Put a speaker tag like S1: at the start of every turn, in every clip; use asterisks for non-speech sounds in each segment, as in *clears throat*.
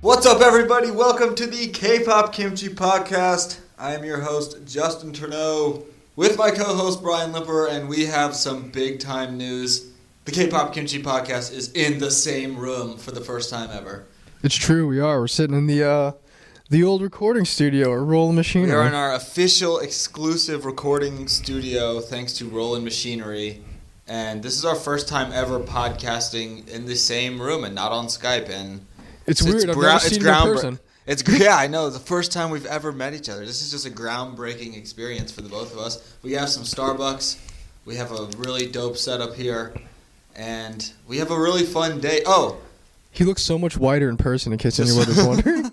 S1: What's up, everybody? Welcome to the K-pop Kimchi Podcast. I am your host Justin Turneau with my co-host Brian Lipper, and we have some big-time news. The K-pop Kimchi Podcast is in the same room for the first time ever.
S2: It's true. We are. We're sitting in the uh, the old recording studio or Roll Machine.
S1: We are in our official exclusive recording studio thanks to Roland Machinery. And this is our first time ever podcasting in the same room and not on Skype. And
S2: it's, weird. I've never
S1: brow-
S2: seen you in
S1: groundbreak-
S2: person.
S1: It's gr- yeah, I know. It's the first time we've ever met each other. This is just a groundbreaking experience for the both of us. We have some Starbucks. We have a really dope setup here, and we have a really fun day. Oh,
S2: He looks so much wider in person. In case
S1: Just- *laughs*
S2: anyone is wondering.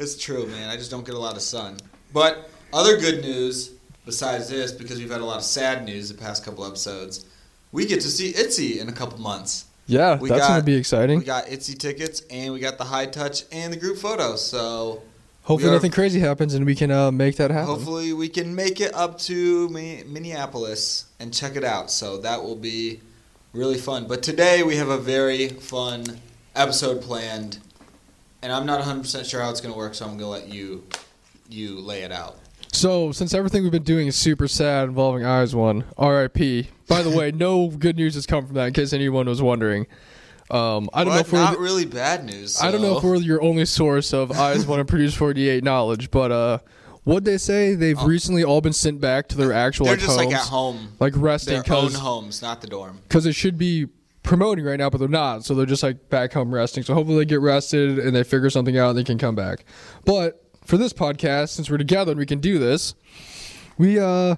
S1: It's true, man. I just don't get a lot of sun. But other good news besides this, because we've had a lot of sad news the past couple episodes, we get to see Itzy in a couple months.
S2: Yeah,
S1: We
S2: that's
S1: got-
S2: gonna be
S1: We
S2: exciting.
S1: got Itzy tickets, and we got the high touch and the group photo. So we
S2: Hopefully,
S1: are-
S2: nothing crazy happens and we can uh, make that happen.
S1: hopefully we can make it up to Mi- Minneapolis and check it out. So that will be really fun. But today we have a very fun episode planned, and I'm not 100% sure how it's going to work, so I'm going to let you you lay it out.
S2: So, since everything we've been doing is super sad involving Eyes One, R.I.P. By the way, no good news has come from that. In case anyone was wondering, um, I don't know
S1: But
S2: if we're
S1: not
S2: the-
S1: really bad news.
S2: I don't know if
S1: so-
S2: we're your only source of Eyes One and Produce Forty Eight knowledge, but uh, what they say they've recently all been sent back to their actual
S1: Oh. they're just
S2: like, homes,
S1: like at home,
S2: like resting
S1: their own
S2: because
S1: homes, not the dorm.
S2: because it should be promoting right now, but they're not. So they're just like back home resting. So hopefully they get rested and they figure something out and they can come back. But for this podcast, since we're together and we can do this, we uh,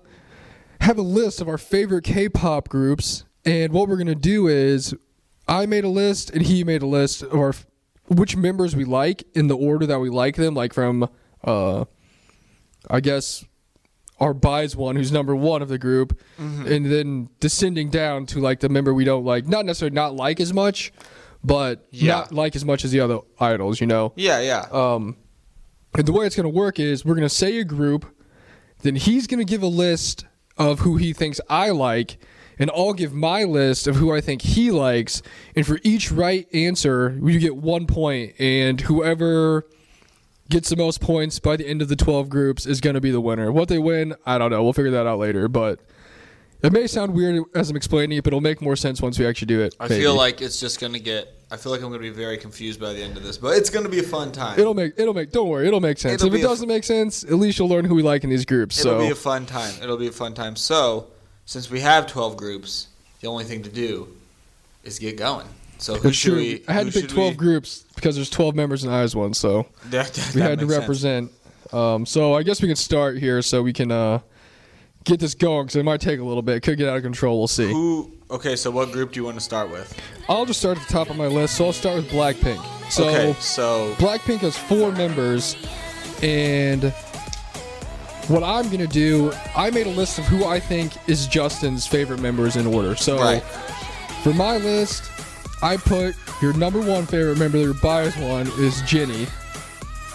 S2: have a list of our favorite K-pop groups, and what we're gonna do is I made a list and he made a list of our f- which members we like in the order that we like them, like from uh, I guess our buys one who's number one of the group, and then descending down to like the member we don't like, not necessarily not like as much, but
S1: Yeah.
S2: not like as much as the other idols, you know.
S1: Yeah, yeah.
S2: Um, and the way it's going to work is we're going to say a group, then he's going to give a list of who he thinks I like, and I'll give my list of who I think he likes. And for each right answer, you get one point, and whoever gets the most points by the end of the 12 groups is going to be the winner. What they win, I don't know. We'll figure that out later, but. It may sound weird as I'm explaining it, but it'll make more sense once we actually do it.
S1: I
S2: maybe.
S1: feel like it's just gonna get. I feel like I'm gonna be very confused by the end of this, but it's gonna be a fun time.
S2: It'll make it'll make don't worry, it'll make sense.
S1: It'll
S2: if
S1: be
S2: it
S1: a f-
S2: doesn't make sense, at least you'll learn who we like in these groups.
S1: It'll
S2: so
S1: be a fun time. It'll be a fun time. So, since we have 12 groups, the only thing to do is get going. So who
S2: That's
S1: should
S2: true.
S1: we?
S2: I had
S1: who
S2: to pick
S1: should
S2: 12
S1: we-
S2: groups because there's 12 members in Eyes One, so
S1: *laughs* That, that,
S2: we
S1: that
S2: had to
S1: makes sense.
S2: represent. Um, so I guess we can start here so we can uh, get this going because it might take a little bit. It could get out of control. We'll see.
S1: Who? Okay, so what group do you want to start with?
S2: I'll just start at the top of my list. So I'll start with Blackpink. So
S1: okay, so
S2: Blackpink has four members, and what I'm going to do, I made a list of who I think is Justin's favorite members in order. So
S1: Right.
S2: for my list, I put your number one favorite member, your bias one, is Jenny.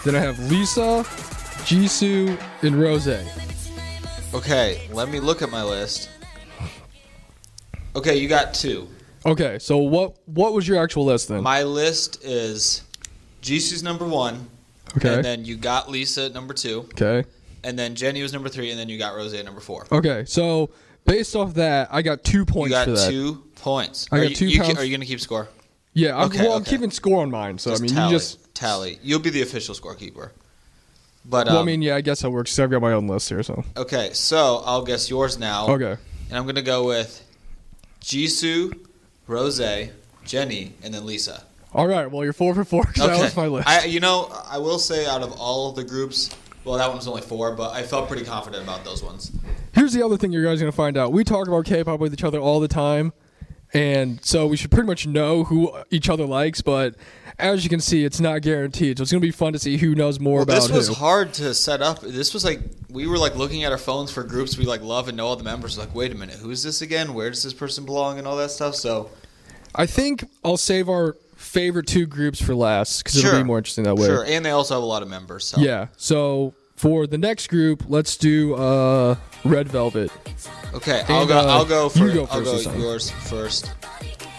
S2: Then I have Lisa, Jisoo, and Rose.
S1: okay, let me look at my list. Okay, you got two.
S2: Okay, so what what was your actual list then?
S1: My list is Jisoo's number one,
S2: okay.
S1: and then you got Lisa at number two,
S2: okay.
S1: and then Jenny was number three, and then you got Rose at number four.
S2: Okay. So based off that, I got two
S1: You
S2: points
S1: got
S2: for that.
S1: two points.
S2: I
S1: are
S2: got
S1: you,
S2: two
S1: you, ca-
S2: pounds.
S1: Are you going to keep score?
S2: Yeah, I'm,
S1: Okay,
S2: well, I'm
S1: okay.
S2: keeping score on mine, so
S1: Just
S2: I mean,
S1: tally,
S2: you just
S1: tally. You'll be the official scorekeeper. But um,
S2: Well, I mean, yeah, I guess that works. 'cause I've got my own list here, so
S1: okay, so I'll guess yours now.
S2: okay.
S1: And I'm gonna go with Jisoo, Rose, Jenny, and then Lisa.
S2: All right. Well, you're four for four. *laughs* 'cause
S1: Okay.
S2: *laughs* That was my list.
S1: I, you know, I will say out of all of the groups, well, that one was only four, but I felt pretty confident about those ones.
S2: Here's the other thing you guys are gonna find out. We talk about K-pop with each other all the time, and so we should pretty much know who each other likes. But as you can see, it's not guaranteed. So it's gonna be fun to see who knows more
S1: Well,
S2: about
S1: this was
S2: who.
S1: hard to set up. This was like we were like looking at our phones for groups we like love and know all the members. Like, wait a minute, who is this again? Where does this person belong and all that stuff? So
S2: I think I'll save our favorite two groups for last because it'll
S1: Sure.
S2: be more interesting that way.
S1: sure, and they also have a lot of members. So
S2: Yeah. So for the next group, let's do uh, Red Velvet.
S1: Okay, I'll
S2: And,
S1: go.
S2: uh,
S1: I'll go.
S2: you
S1: For,
S2: go
S1: I'll
S2: first
S1: go
S2: this time.
S1: yours first.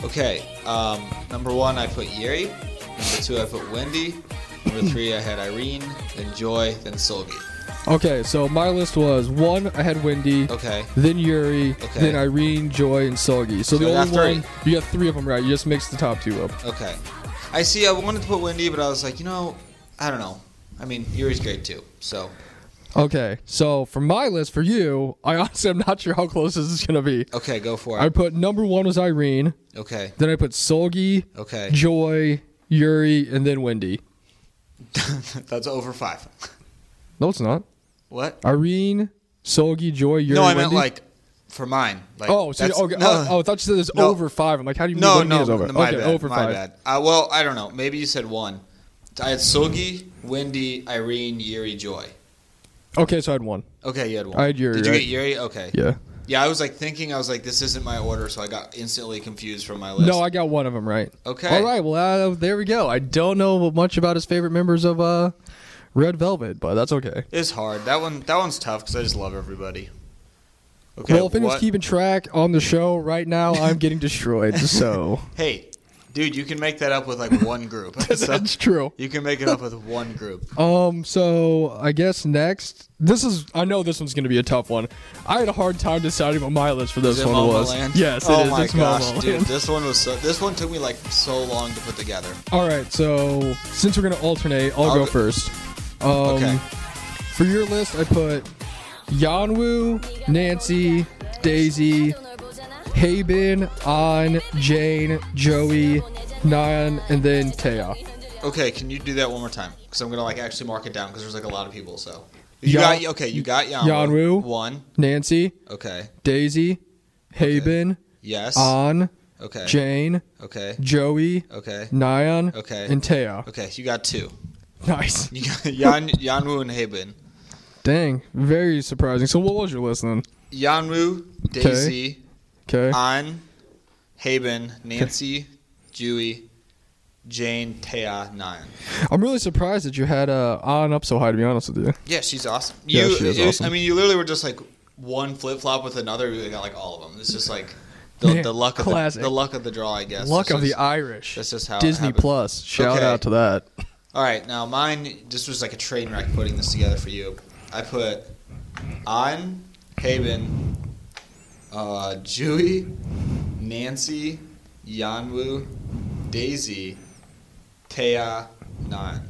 S1: Okay. Um, number one, I put Yuri. Number two, I put Wendy. Number three, I had Irene, then Joy, then Solgi.
S2: Okay, so my list was one. I had Wendy.
S1: Okay.
S2: Then Yuri,
S1: Okay.
S2: then Irene, Joy, and Sulgi. So the
S1: So I got
S2: only
S1: three.
S2: one you got three of them right. You just mixed the top two up.
S1: Okay. I see. I wanted to put Wendy, but I was like, you know, I don't know. I mean, Yuri's great too. So
S2: Okay, so for my list for you, I honestly *laughs* am not sure how close this is gonna be.
S1: okay, go for
S2: I
S1: it.
S2: put number one was Irene,
S1: Okay.
S2: then I put Sulgi,
S1: Okay.
S2: Joy, Yuri, and then Wendy.
S1: *laughs* That's over five.
S2: No, it's not.
S1: What?
S2: Irene, Sulgi, Joy, Yuri.
S1: no, I
S2: Wendy.
S1: meant like for mine. Like,
S2: Oh, so you,
S1: that's-
S2: okay.
S1: no.
S2: oh, oh, I thought you said it's
S1: No.
S2: over five. I'm like, how do you mean
S1: No,
S2: Wendy
S1: no,
S2: is over?
S1: my
S2: okay,
S1: bad.
S2: over
S1: my
S2: five.
S1: bad. Uh, well, I don't know. Maybe you said one. I had Sogi, Wendy, Irene, Yuri, Joy.
S2: Okay, so I had one.
S1: Okay, you had one.
S2: I had Yuri,
S1: Did you
S2: right?
S1: get Yuri? Okay. Yeah.
S2: Yeah.
S1: I was like thinking. I was like, this isn't my order, so I got instantly confused from my list.
S2: No, I got one of them right.
S1: Okay.
S2: All right. Well, uh, there we go. I don't know much about his favorite members of uh, Red Velvet, but that's okay.
S1: It's hard. That one. That one's tough because I just love everybody. Okay.
S2: well, if anyone's
S1: what-
S2: keeping track on the show right now, I'm
S1: *laughs*
S2: getting destroyed. So
S1: hey, dude, you can make that up with like *laughs* one group. So,
S2: *laughs* that's true.
S1: you can make it up with one group.
S2: Um. So I guess next, this is. I know this one's going to be a tough one. I had a hard time deciding what my list for this
S1: Is it
S2: one
S1: Momo
S2: was.
S1: Land?
S2: Yes.
S1: Oh
S2: it is.
S1: my
S2: it's
S1: gosh,
S2: Momo
S1: dude,
S2: Land.
S1: this one was so. This one took me like so long to put together.
S2: All right. So since we're going to alternate, I'll,
S1: I'll
S2: go
S1: go-
S2: first. Um,
S1: Okay.
S2: For your list, I put Yanwu, Nancy, Daisy, Haben, An, Jane, Joey, Nan, and then Taya.
S1: Okay, can you do that one more time? Because I'm gonna like actually mark it down because there's like a lot of people. So you
S2: Yan-
S1: got okay, you got Yanwu.
S2: Yanwu.
S1: one.
S2: Nancy,
S1: Okay.
S2: Daisy, Haben,
S1: Yes.
S2: An,
S1: okay.
S2: Jane,
S1: okay.
S2: Joey,
S1: Okay.
S2: Nyan,
S1: Okay.
S2: and Taya.
S1: Okay. You got two. *laughs*
S2: Nice.
S1: You got Yan Yanwu and Haben.
S2: Dang. Very surprising. So, what was your list then?
S1: Yanwu, Daisy,
S2: Okay.
S1: An, Haben, Nancy, Dewey, Jane, Taya, Nyan.
S2: I'm really surprised that you had uh, An up so high, to be honest with you.
S1: Yeah, she's awesome. You,
S2: Yeah, she is
S1: it-
S2: awesome.
S1: I mean, you literally were just like one flip flop with another. You got like all of them. It's just like the,
S2: Yeah,
S1: the luck of the,
S2: classic.
S1: the luck of the draw, I guess.
S2: Luck
S1: It's
S2: of the
S1: just-
S2: Irish.
S1: That's just how it
S2: Disney
S1: happened.
S2: Plus. Shout
S1: Okay.
S2: out to that.
S1: All right, now mine. This was like a train wreck putting this together for you. I put on Haven, uh, Dewey, Nancy, Yanwu, Daisy, Taya, Nan.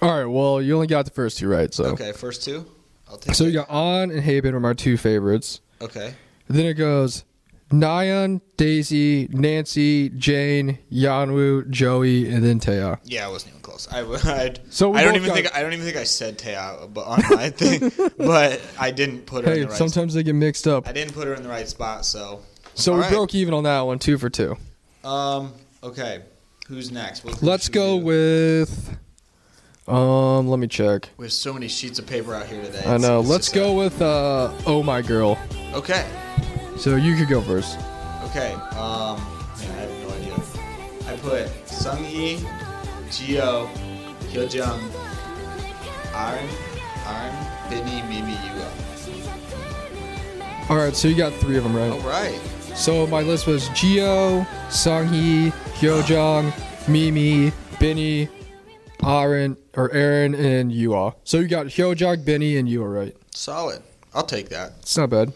S2: All right. Well, you only got the first two right. So,
S1: Okay, first two. I'll take.
S2: so
S1: it.
S2: you got On and Haben are my two favorites.
S1: okay.
S2: Then it goes Nyan, Daisy, Nancy, Jane, Yanwu, Joey, and then Taya.
S1: Yeah, I wasn't even close. I, *laughs* I,
S2: So we
S1: I don't
S2: both
S1: even
S2: got-
S1: think I don't even think I said Taya but on
S2: *laughs*
S1: my thing, but I didn't put her in
S2: Hey,
S1: the right.
S2: sometimes they get mixed up.
S1: I didn't put her in the right spot, so
S2: So
S1: All
S2: we
S1: right.
S2: broke even on that one, two for two.
S1: um okay. Who's next? What group
S2: Let's
S1: should uh, we
S2: go
S1: do?
S2: with. Um, let me check.
S1: We have so many sheets of paper out here today.
S2: I
S1: It's-
S2: know.
S1: it's
S2: Let's
S1: just
S2: go with uh, Oh My Girl.
S1: a- okay.
S2: So you could go first.
S1: Okay. Um, man, I have no idea. I put Sung Yi, Geo, Hyo Jung, Arn, Arn, Binny, Mimi, Yuga.
S2: All right, so you got three of them right.
S1: All right.
S2: So my list was Gio, Songhee, Hyojong, Mimi, Benny, Aaron or Aaron and Yua. So you got Hyojong, Benny, and Yua right.
S1: Solid. I'll take that.
S2: It's not bad.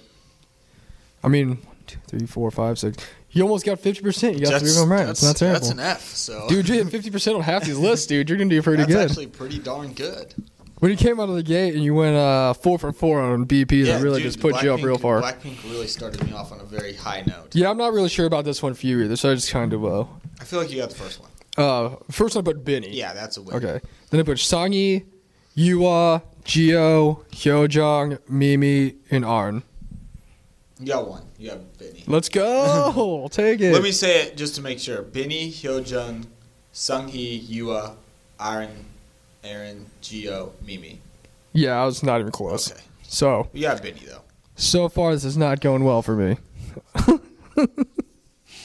S2: I mean, one, two, three, four, five, six. You almost got fifty percent. You got three of them right. It's not terrible,
S1: That's an F. So
S2: dude. You hit fifty percent on half these lists, dude. You're gonna do pretty
S1: that's
S2: good.
S1: actually pretty darn good.
S2: when you came out of the gate and you went uh, four for four on BP, that really
S1: dude,
S2: just put you up
S1: Blackpink-
S2: real far.
S1: Blackpink really started me off on a very high note.
S2: yeah, I'm not really sure about this one for you either. So I just kind of uh,
S1: I feel like you got the first one.
S2: uh first I put Benny.
S1: Yeah, that's a win.
S2: Okay. Then I put Sangi, Yua, Gio, Hyojong, Mimi, and Arn.
S1: You got one. You got Benny. *laughs*
S2: Let's go. Take it.
S1: Let me say it just to make sure. Benny, Hyojun, Sunghee, Yua, Aaron, Aaron, Gio, Mimi.
S2: yeah, I was not even close.
S1: Okay.
S2: So
S1: We got Benny though.
S2: so far this is not going well for me.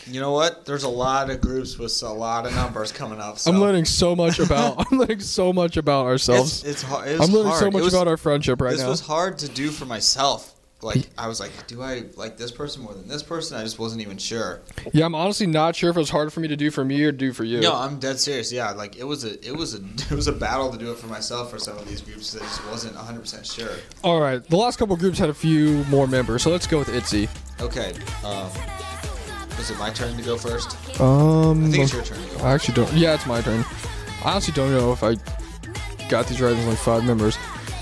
S1: You know what? There's a lot of groups with a lot of numbers coming up. So
S2: I'm learning
S1: *laughs*
S2: so much about I'm learning so much about
S1: It's,
S2: ourselves.
S1: it's hard. It was
S2: I'm learning
S1: hard.
S2: so
S1: It
S2: much
S1: was-
S2: about our friendship right
S1: This
S2: now.
S1: was hard to do for myself. like I was like, do I like this person more than this person? I just wasn't even sure.
S2: Yeah, I'm honestly not sure if it was hard for me to do for me or do for you.
S1: No, I'm dead serious. Yeah, like it was a it was a *laughs* it was a battle to do it for myself for some of these groups that I just wasn't 100 percent sure.
S2: All right, the last couple groups had a few more members, so let's go with Itzy.
S1: Okay, um, is it my turn to go first?
S2: Um,
S1: I think it's your turn to go.
S2: I actually don't. Yeah, it's my turn. I honestly don't know if I got these right. There's only five members.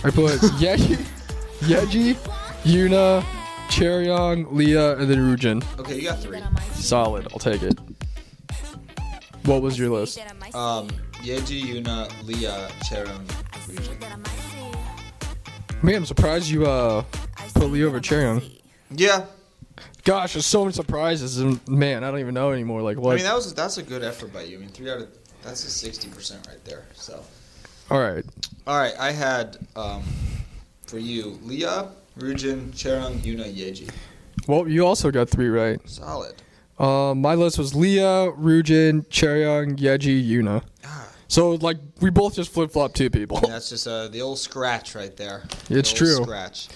S2: I put Yeji, Yeji, Yuna, Cheryong, Leah, and then Rujin.
S1: Okay, you got three.
S2: Solid. I'll take it. What was your list?
S1: Um, Yeji, Yuna, Leah, Cherum. Ryujin.
S2: Man, I'm surprised you uh put Leah over Cheryong.
S1: Yeah,
S2: Gosh, there's so many surprises, and man, I don't even know anymore. Like what?
S1: I mean that was that's a good effort by you. I mean three out of that's a 60 percent right there. So
S2: All right.
S1: all right, I had um, for you Leah, Rujin, Cherum, Yuna, Yeji.
S2: Well, you also got three right.
S1: Solid.
S2: Um, my list was Leah, Rujin, Cheryong, Yeji, Yuna.
S1: Ah.
S2: So like we both just flip flop two people.
S1: And that's just uh, the old scratch right there. The
S2: It's
S1: old
S2: true.
S1: Scratch.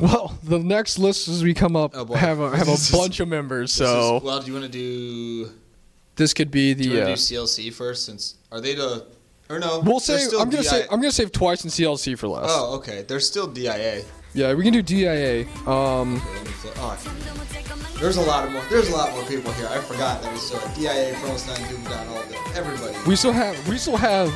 S2: Well, the next list as we come up
S1: Oh, boy.
S2: have
S1: *laughs*
S2: a have a
S1: This is-
S2: bunch of members,
S1: This
S2: so
S1: is- well, do you want to do?
S2: this could be
S1: Do you
S2: the.
S1: want to do
S2: Uh,
S1: CLC first? Since are they the? Or no?
S2: we'll
S1: they're
S2: save.
S1: still
S2: I'm gonna
S1: DI
S2: save. I'm gonna save twice in CLC for last.
S1: oh, okay. They're still DIA.
S2: Yeah, we can do DIA. Um,
S1: Okay, let me flip- oh, I- there's a lot of more. There's a lot more people here. I forgot that we still have DIA, Pros, Nine, Doom, Down, all of them. Everybody.
S2: we still have we still have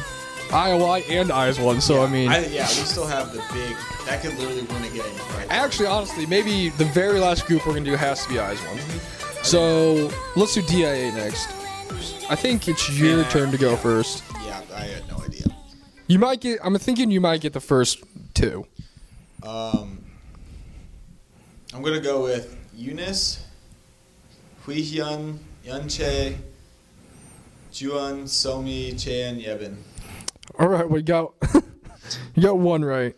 S2: IOI and Eyes One. So I mean,
S1: I, yeah, we still have the big. That could literally win a game, right? there.
S2: actually, honestly, maybe the very last group we're gonna do has to be Eyes One. So let's do DIA next. I think it's your
S1: Yeah.
S2: turn to go first.
S1: Yeah, I had no idea.
S2: You might get. I'm thinking you might get the first two.
S1: Um, I'm gonna go with Eunice, Hui Hyun, Yun Che, Juan, Somi, Chan, Yebin.
S2: All right, we got *laughs* you got one right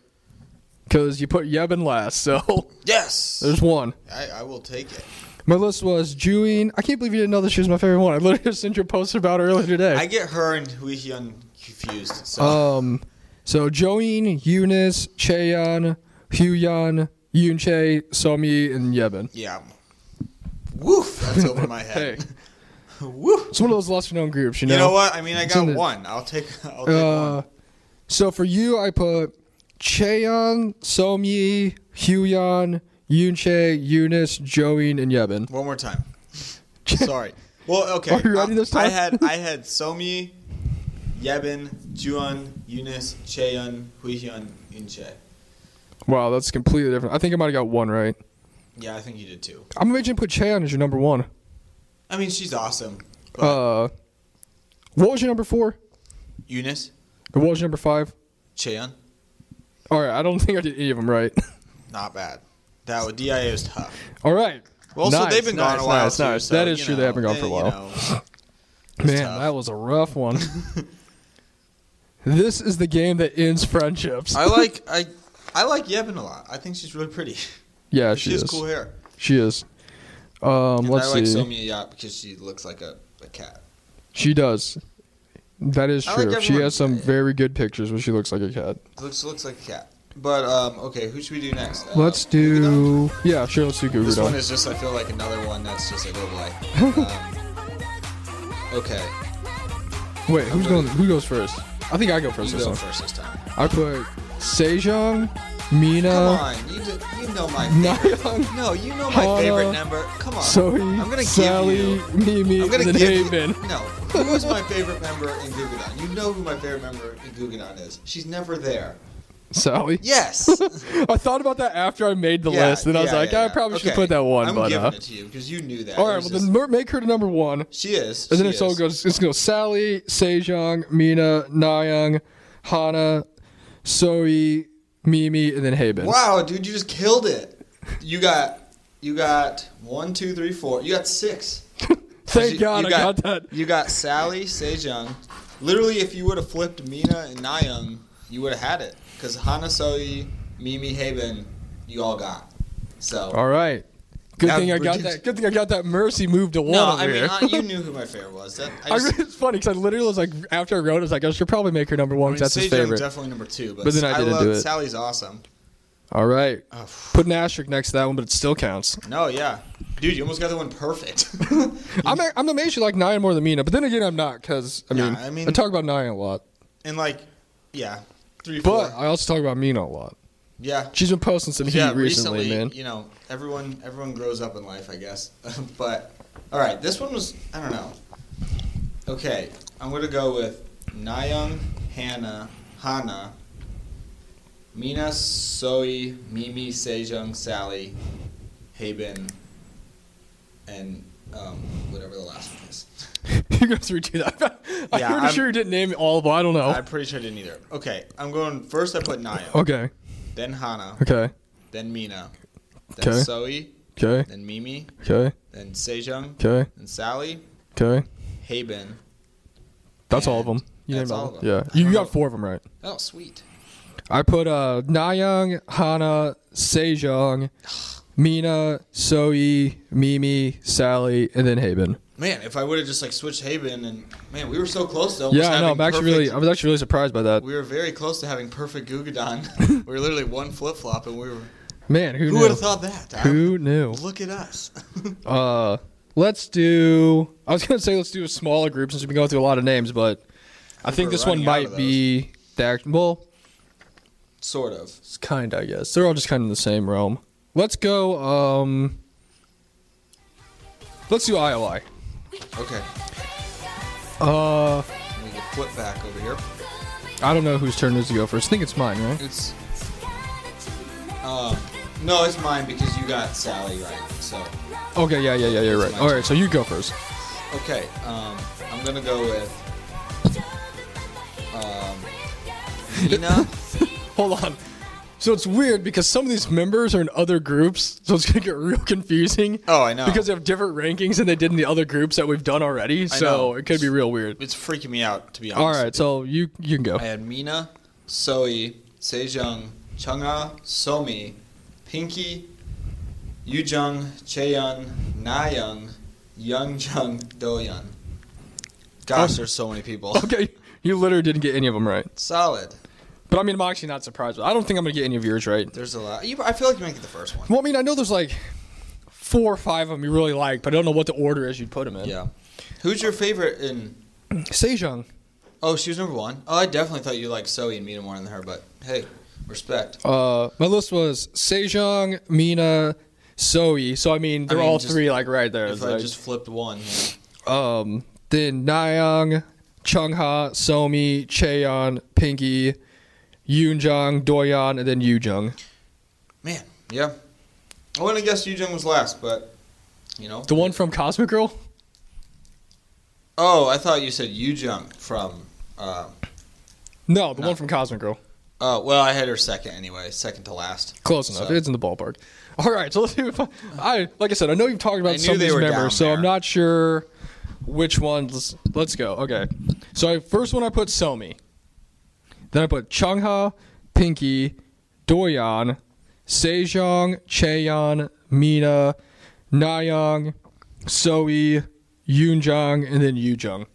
S2: because you put Yebin last, so *laughs*
S1: Yes,
S2: there's one.
S1: I, I will take it.
S2: My list was Jeween. I can't believe you didn't know that she was my favorite one. I literally *laughs* just sent you a post about her earlier
S1: I
S2: today.
S1: get her and Hui Hyun confused. So
S2: um, so Joeen, Eunice, Cheon, Hyun, Yoonchae, Somi, and Yebin.
S1: yeah, woof, that's over my
S2: Hey,
S1: head. *laughs* woof.
S2: it's one of those lesser known groups, you know.
S1: You know what? I mean, I
S2: It's
S1: got
S2: in the-
S1: one. I'll take. I'll take
S2: Uh,
S1: one.
S2: so for you, I put Cheon, Somi, Hyun, Yoonchae, Eunice, Joeen, and Yebin.
S1: One more
S2: *laughs*
S1: time. Sorry. Well, okay.
S2: Are you ready
S1: I,
S2: this time?
S1: I had
S2: *laughs*
S1: I had Somi, Yebin, Juan, Eunice, Cheon, Huihyun, Inche.
S2: Wow, that's completely different. I think I might have got one right.
S1: Yeah, I think you did too.
S2: I'm gonna put Cheon as your number one.
S1: I mean, she's awesome. But
S2: Uh, what was your number four?
S1: Eunice,
S2: Or what was your number five?
S1: Cheon,
S2: All right, I don't *laughs* think I did any of them right.
S1: not bad. That was DIA was tough.
S2: All right.
S1: Well, so
S2: Nice,
S1: they've been
S2: nice,
S1: gone a while.
S2: nice,
S1: too,
S2: nice.
S1: so,
S2: that is
S1: you
S2: true. they
S1: know, eh,
S2: haven't gone for a
S1: you
S2: while. *laughs*
S1: know.
S2: Man,
S1: tough.
S2: that was a
S1: *laughs*
S2: rough one. this is the game that ends friendships.
S1: I like I I like Yebin a lot. I think she's really pretty.
S2: *laughs* yeah,
S1: she
S2: she,
S1: has
S2: is.
S1: cool hair.
S2: She is. Um,
S1: And
S2: let's
S1: I like
S2: see.
S1: Somi a lot because she looks like a, a cat.
S2: She does. That is
S1: I
S2: true.
S1: like
S2: she
S1: everyone.
S2: has some very good pictures where she looks like a cat.
S1: Looks looks like a cat. But um, okay, who should we do next? Uh,
S2: Let's
S1: Gugudon?
S2: do. Yeah, sure. Let's do
S1: This one
S2: Gurudon.
S1: is just, I feel like, another one that's just like, oh
S2: *laughs*
S1: boy. Um, okay,
S2: Wait, who's going? Who goes first? I think I go first.
S1: you
S2: This
S1: go
S2: one.
S1: first this time.
S2: I put Sejong, Mina.
S1: Come on, you, do, you know
S2: *laughs*
S1: my favorite.
S2: Nayeon,
S1: No, you know my
S2: Hana,
S1: favorite number. Come on.
S2: Uh, Zoe,
S1: I'm gonna
S2: Sally,
S1: give you.
S2: Mimi,
S1: I'm
S2: and
S1: gonna
S2: then
S1: give
S2: Haven.
S1: you. *laughs* No, who is
S2: *laughs*
S1: my favorite member in Guggenheim? You know who my favorite member in Guggenheim is. She's never there.
S2: Sally. *laughs*
S1: Yes.
S2: I thought about that after I made the
S1: Yeah,
S2: list, and I was
S1: yeah,
S2: like,
S1: yeah,
S2: I
S1: yeah.
S2: probably should
S1: Okay,
S2: put that one.
S1: I'm
S2: but
S1: giving
S2: uh,
S1: it to you because you knew that.
S2: all
S1: It
S2: right,
S1: was
S2: well
S1: just-
S2: then mer- make her to number one, and
S1: she is.
S2: then
S1: she
S2: it's all
S1: is.
S2: goes. It's gonna go Sally, Sejong, Mina, Nayoung, Hana, Zoe, Mimi, and then Haven.
S1: Wow, dude, you just killed it. You got you got one, two, three, four. You got six.
S2: Thank
S1: You-
S2: God
S1: you
S2: I got, that.
S1: You got Sally, Sejong. Literally, if you would have flipped Mina and Nayeon, you would have had it. Because Hana Soyi, Mimi Haben, you all got. So
S2: All right. Good
S1: Now
S2: thing I got
S1: reduce-
S2: that. Good thing I got that mercy moved to one.
S1: no,
S2: over
S1: I mean
S2: here. *laughs*
S1: I, you knew who my favorite was. That, I
S2: I
S1: just,
S2: really, it's funny because I literally was like, after I wrote, it, I was like, I should probably make her number one
S1: I mean,
S2: because that's his
S1: Sejong
S2: favorite.
S1: definitely number two, but,
S2: But then I didn't
S1: love
S2: do it.
S1: Sally's awesome.
S2: All right.
S1: Oh,
S2: Put an asterisk next to that one, but it
S1: *laughs*
S2: still counts.
S1: No, yeah. Dude, you almost got that one perfect.
S2: *laughs* I'm, a- I'm amazed you like Nyan more than Mina, but then again, I'm not because I,
S1: Yeah,
S2: mean,
S1: I
S2: I
S1: mean-
S2: talk about Nyan a lot,
S1: and like, yeah, three, four.
S2: but I also talk about Mina a lot.
S1: yeah.
S2: She's been posting some
S1: *laughs*
S2: heat
S1: yeah,
S2: *laughs* recently, man.
S1: you know, everyone everyone grows up in life, I guess. *laughs* but all right, this one was I don't know. Okay, I'm gonna go with Nayoung, Hannah, Hana, Mina, Soy, Mimi, Sejong, Sally, Haben, and um, whatever the last one is.
S2: *laughs* you guys redo that. *laughs* I'm
S1: Yeah,
S2: pretty
S1: I'm-
S2: sure you didn't name all of them. I don't know.
S1: I'm pretty sure I didn't either. Okay, I'm going first. I put Nayoung,
S2: okay.
S1: then Hana,
S2: Okay.
S1: then Mina, then
S2: Okay.
S1: Soy,
S2: Okay.
S1: then Mimi,
S2: Okay.
S1: then Sejong,
S2: Okay.
S1: then Sally.
S2: Okay.
S1: Haben.
S2: That's all of them.
S1: That's
S2: named
S1: all of them.
S2: Yeah.
S1: I
S2: You
S1: don't
S2: got
S1: know.
S2: four of them right.
S1: Oh, sweet.
S2: I put uh Nayoung, Hana, Sejong, Mina, Soyi, Mimi, Sally, and then Haben.
S1: Man, if I would have just like switched Haben and man, we were so close though.
S2: Yeah, I know. I'm actually really, I was actually really surprised by that.
S1: we were very close to having perfect
S2: *laughs*
S1: Gugadon. we were literally one flip flop, and we were.
S2: Man, who,
S1: Who
S2: knew?
S1: would have thought that? Dom?
S2: Who knew?
S1: Look at us.
S2: Uh, let's do. I was gonna say let's do a smaller group since we've been going through a lot of names, but I think
S1: we're
S2: this one
S1: running out of
S2: might be the act. Well,
S1: sort of.
S2: it's kind, I guess. They're all just kind of in the same realm. Let's go. Um, let's do IOI.
S1: Okay,
S2: Uh,
S1: let me get flip back over here.
S2: I don't know whose turn it is to go first. I think it's mine, right?
S1: It's. Um, no, it's mine because you got Sally right. So
S2: Okay, yeah, yeah, yeah, you're
S1: It's
S2: right.
S1: my
S2: All
S1: turn.
S2: right, so you go first.
S1: okay, um, I'm gonna go with. Um,
S2: *laughs*
S1: Nina.
S2: Hold on. So it's weird because some of these members are in other groups, so it's gonna get real confusing.
S1: Oh, *laughs* I know.
S2: Because they have different rankings than they did in the other groups that we've done already,
S1: know.
S2: so it could be real weird.
S1: It's freaking me out, to be honest.
S2: All right, so you you can go.
S1: I
S2: *laughs*
S1: had Mina, Soe, Sejong, Chunga, Somi, Pinky, Yujung, Cheon, Nayoung, Youngjung, Doyeon. Gosh, there's so many people.
S2: Okay, you literally didn't get any of them right.
S1: *laughs* Solid.
S2: But I mean, I'm actually not surprised. I don't think I'm gonna get any of yours right.
S1: There's a lot. You, I feel like you might get the first one.
S2: Well, I mean, I know there's like four or five of them you really like, but I don't know what the order is you'd put them in.
S1: Yeah. Who's your favorite in?
S2: Sejong.
S1: Oh, she was number one. Oh, I definitely thought you liked Soe and Mina more than her, but hey, respect.
S2: Uh, my list was Sejong, Mina, Soyi. So I mean, they're
S1: mean,
S2: all
S1: just-
S2: three like right there. It's
S1: If I
S2: like-
S1: just flipped one, yeah.
S2: um, then Nayoung, Chungha, Somi, Cheon, Pinky, Yoonjung, Doyon, and then Yoojung.
S1: man, yeah. I wouldn't have guessed Yujung was last, but you know,
S2: The one from Cosmic Girl?
S1: Oh, I thought you said you jump from. Uh,
S2: No, the
S1: No.
S2: one from Cosmic Girl.
S1: oh, well, I had her second anyway, second to last.
S2: Close enough.
S1: So-
S2: It's in the ballpark. *laughs* All right, so let's see if I, I like I said, I know you've talked
S1: I
S2: about
S1: knew
S2: some of
S1: they
S2: these
S1: were down
S2: members, so I'm
S1: there.
S2: not sure which ones. Let's, let's go. Okay, so I, first one I put Somi, then I put Chungha, Pinky, Doyon, Sejong, Cheon, Mina, Nayoung, Soe, Yoonjung, and then Yoojung.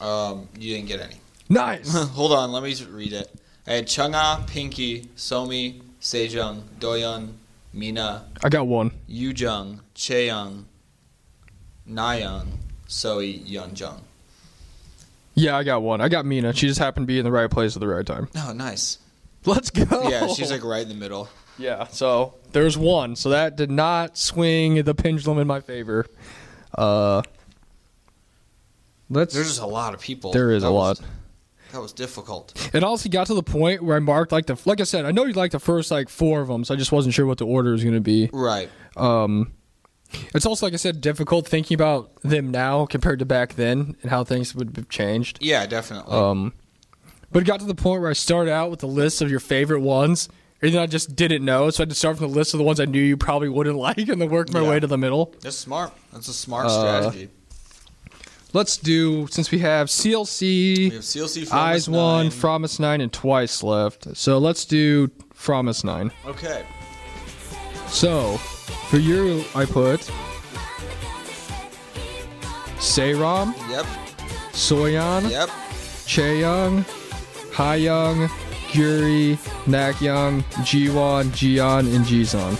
S1: Um, you didn't
S2: *laughs*
S1: get any.
S2: Nice.
S1: Hold on, let me just read it. I had Chunga, Pinky, Somi, Sejung, Doyeon, Mina,
S2: I got one.
S1: Yujung, Cheyoung, Nayoung, Soe, Yeonjung.
S2: Yeah, I got one. I got Mina. She just happened to be in the right place at the right time. *laughs*
S1: Oh, nice.
S2: Let's go.
S1: Yeah, she's like right in the middle.
S2: Yeah, so there's one. So that did not swing the pendulum in my favor. Uh, let's.
S1: There's just a lot of people.
S2: there is
S1: That
S2: a
S1: was-
S2: lot.
S1: That was difficult.
S2: It also got to the point where I marked like the like I said. I know you like the first like four of them, so I just wasn't sure what the order was going to be.
S1: Right.
S2: Um, it's also like I said, difficult thinking about them now compared to back then and how things would have changed.
S1: Yeah, definitely.
S2: Um, but it got to the point where I started out with a list of your favorite ones, and then I just didn't know, so I had to start from the list of the ones I knew you probably wouldn't *laughs* like, and then work my
S1: Yeah.
S2: way to the middle.
S1: That's smart. That's a smart
S2: Uh,
S1: strategy.
S2: Let's do since we have
S1: We have
S2: CLC,
S1: CLC from
S2: Eyes One,
S1: nine.
S2: Fromis Nine, and Twice left. So let's do Fromis Nine.
S1: Okay.
S2: So for you, I put Seiram,
S1: Yep.
S2: Soyeon,
S1: Yep.
S2: Chaeyoung, Hayoung, Guri, Nakyon, Jiwon, Jion, and Jizon.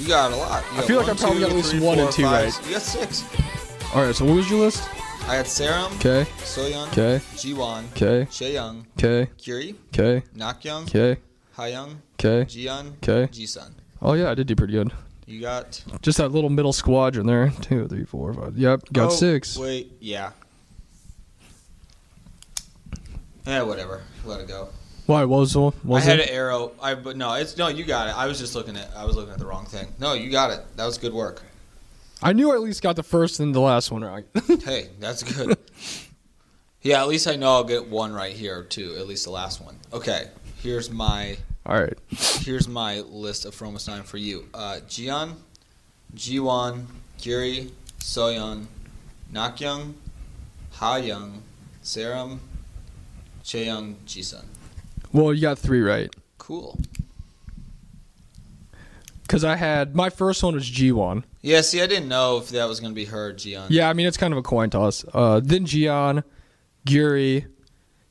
S1: You got a lot. You
S2: I feel like I probably got at least one and two
S1: right. You got six.
S2: All right, so what was your list?
S1: I had Serum,
S2: Okay,
S1: Soyeon,
S2: okay,
S1: Jiwon,
S2: okay,
S1: Sheyung,
S2: okay,
S1: Curie,
S2: okay,
S1: Nakyoung,
S2: okay,
S1: Hayoung,
S2: okay,
S1: Jiyeon,
S2: okay.
S1: Jisun.
S2: Oh yeah, I did do pretty good.
S1: You got
S2: Just that little middle squadron there. Two, three, four, five. Yep, got
S1: Oh,
S2: six.
S1: Wait, yeah. Yeah, Eh, whatever. Let it go.
S2: Why was the one? Was
S1: I had
S2: it?
S1: an arrow. I but no, it's no. You got it. I was just looking at. I was looking at the wrong thing. No, you got it. That was good work.
S2: I knew I at least got the first and the last one right. *laughs*
S1: Hey, that's good. *laughs* yeah, at least I know I'll get one right here too. At least the last one. Okay, here's my
S2: All right.
S1: here's my list of Fromos nine for you. Uh, Jian, Jiwon, Giri, Soyeon, Nakyoung, Hayoung, Serum, Cheyoung, Jisun.
S2: Well, you got three right.
S1: Cool.
S2: Because I had my first one was G1.
S1: Yeah, see, I didn't know if that was going to be her, Jian.
S2: Yeah, I mean it's kind of a coin toss. Uh, then Jian, Guri,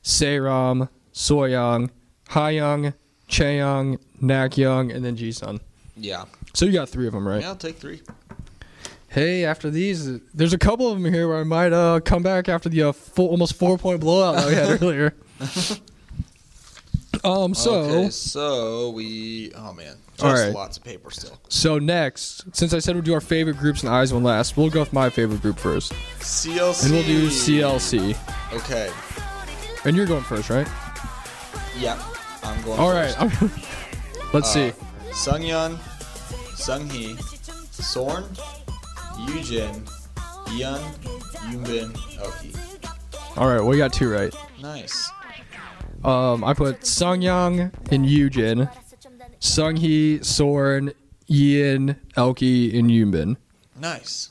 S2: Seiram, Soyoung, Hayoung, Chaeyoung, Nakyoung, and then Jisun.
S1: Yeah.
S2: So you got three of them right.
S1: Yeah, I'll take three.
S2: Hey, after these, there's a couple of them here where I might uh, come back after the uh, full, almost four point blowout that
S1: *laughs*
S2: we had earlier. Um. So
S1: okay, so we. Oh man, just
S2: All right.
S1: lots of paper still.
S2: so next, since I said we'd do our favorite groups and eyes one last, we'll go with my favorite group first,
S1: CLC.
S2: and we'll do CLC.
S1: Okay.
S2: And you're going first, right?
S1: Yeah, I'm going.
S2: All
S1: first. Uh.
S2: right. *laughs* Let's see.
S1: Sungyun, Sunghee, Sorn, Yujin, Yeon, Yunbin, Oki.
S2: All right, we got two right.
S1: Nice.
S2: Um, I put Sungyang and Yujin, Sunghee, Soren, Ian, Elky, and Yunbin.
S1: Nice.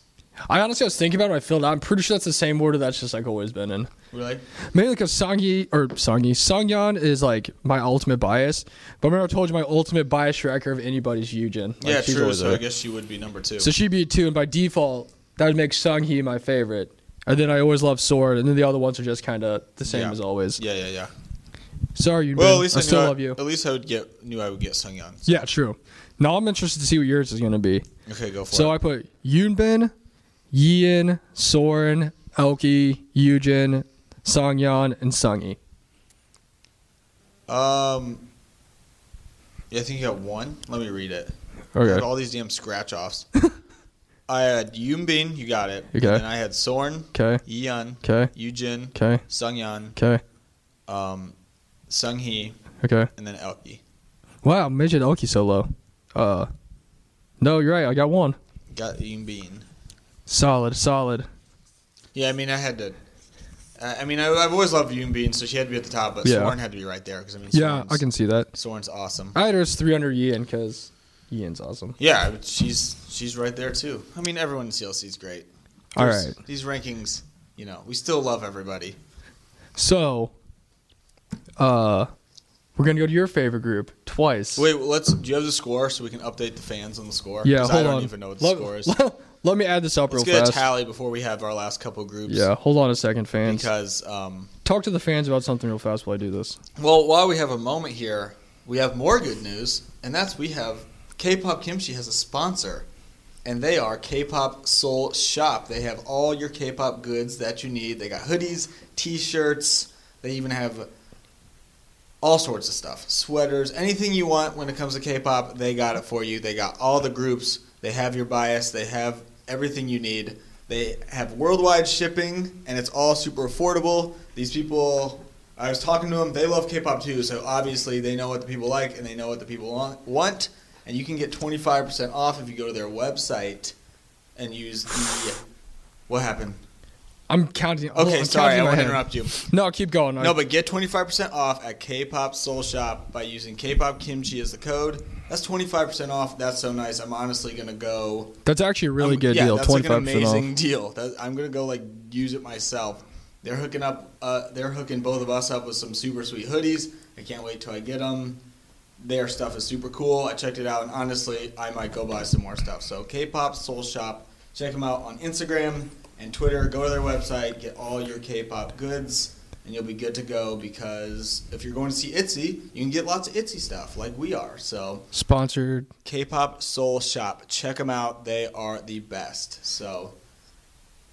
S2: I honestly was thinking about it. When I filled out. I'm pretty sure that's the same order that's just like always been in.
S1: Really?
S2: Mainly because Songy or Songy Songyeon is like my ultimate bias. But remember, I told you my ultimate bias tracker of anybody's Yujin. Like,
S1: yeah,
S2: she's
S1: true.
S2: always
S1: So I
S2: there.
S1: guess she would be number two.
S2: So she'd be a two, and by default, that would make Songhee my favorite. And then I always love Sword, and then the other ones are just kind of the same
S1: Yeah.
S2: as always.
S1: yeah, yeah, yeah.
S2: Sorry, you.
S1: Well, at least I,
S2: I still
S1: knew
S2: love
S1: I,
S2: you.
S1: At least I would get knew I would get Sungyun.
S2: Yeah, true. Now I'm interested to see what yours is going to be.
S1: Okay, go for
S2: So
S1: it.
S2: I put Yunbin, Yin, Soren, Elky, Yujin, Songyeon, and Sunghee.
S1: um, yeah, I think you got one. Let me read it. I had
S2: Okay.
S1: all these damn scratch
S2: *laughs*
S1: offs. I had Yunbin, you got it.
S2: Okay.
S1: And I had Sorn,
S2: Okay.
S1: Yeon,
S2: Okay.
S1: Yujin,
S2: Okay.
S1: Sungyun,
S2: Okay.
S1: um, Sunghee,
S2: Okay.
S1: and then E. Elky.
S2: Wow, midget Elky so low. Uh, no, you're right. I got one.
S1: Got Yunbin.
S2: Solid. Solid.
S1: Yeah, I mean, I had to. I I mean, I, I've always loved Yunbin, so she had to be at the top, but
S2: Yeah.
S1: Sorn had to be right there because I mean,
S2: Yeah,
S1: Sorn's,
S2: I can see that.
S1: Sorn's awesome.
S2: I had her as 300 Yin because Yin's awesome.
S1: Yeah, but she's she's right there too. I mean, everyone in CLC is great.
S2: All
S1: There's-
S2: right.
S1: These rankings, you know, we still love everybody.
S2: So, uh, we're gonna go to your favorite group twice.
S1: Wait, well, let's. Do you have the score so we can update the fans on the score?
S2: Yeah,
S1: 'Cause
S2: hold
S1: I don't
S2: on.
S1: even know what the
S2: let,
S1: score is.
S2: *laughs* Let, me add this up
S1: Let's
S2: real
S1: get a
S2: fast.
S1: tally before we have our last couple groups.
S2: Yeah, hold on a second, fans.
S1: Because, um,
S2: Talk to the fans about something real fast while I do this.
S1: well, while we have a moment here, we have more good news, and that's we have K-pop Kimchi has a sponsor, and they are K-pop Soul Shop. They have all your K-pop goods that you need. They got hoodies, T-shirts. They even have all sorts of stuff, sweaters, anything you want when it comes to K-pop. They got it for you. They got all the groups. They have your bias. They have everything you need. They have worldwide shipping, and it's all super affordable. These people, I was talking to them. They love K-pop too, so obviously they know what the people like and they know what the people want. want and you can get 25% off if you go to their website and use the. What happened?
S2: I'm counting. hold on,
S1: Okay,
S2: I'm
S1: sorry, I
S2: counting in my
S1: won't
S2: head.
S1: interrupt you.
S2: No, keep going. I-
S1: No, but get 25% off at K-Pop Soul Shop by using K-Pop Kimchi as the code. That's 25% off. That's so nice. I'm honestly going to go.
S2: that's actually a really
S1: I'm-
S2: good
S1: yeah,
S2: deal.
S1: That's
S2: Twenty
S1: like
S2: five
S1: an
S2: percent off.
S1: amazing deal. That, I'm going to go like use it myself. They're hooking up. Uh, they're hooking both of us up with some super sweet hoodies. I can't wait till I get them. Their stuff is super cool. I checked it out, and honestly, I might go buy some more stuff. So K-Pop Soul Shop. Check them out on Instagram and Twitter. Go to their website. Get all your K-pop goods. and you'll be good to go because if you're going to see ITZY, you can get lots of ITZY stuff like we are. So
S2: Sponsored.
S1: K-pop Soul Shop, check them out. They are the best. So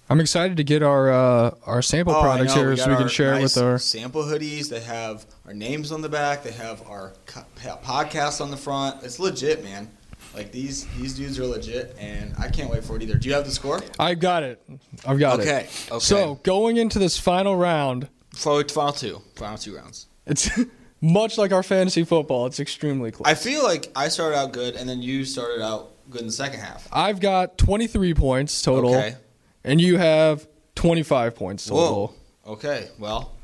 S2: I'm excited to get our uh, our sample
S1: Oh, I
S2: products
S1: know,
S2: here
S1: got
S2: so we can
S1: our
S2: share it
S1: nice
S2: with our.
S1: sample hoodies. They have our names on the back. They have our co- po- podcast on the front. It's legit, man. Like these these dudes are legit, and I can't wait for it either. Do you have the score?
S2: I've got it. I've got it.
S1: Okay, okay.
S2: So going into this final round,
S1: Forward to final two, final two rounds.
S2: it's *laughs* much like our fantasy football. It's extremely close.
S1: I feel like I started out good, and then you started out good in the second half.
S2: I've got 23 points total,
S1: Okay.
S2: and you have 25 points total.
S1: Whoa. Okay. Well,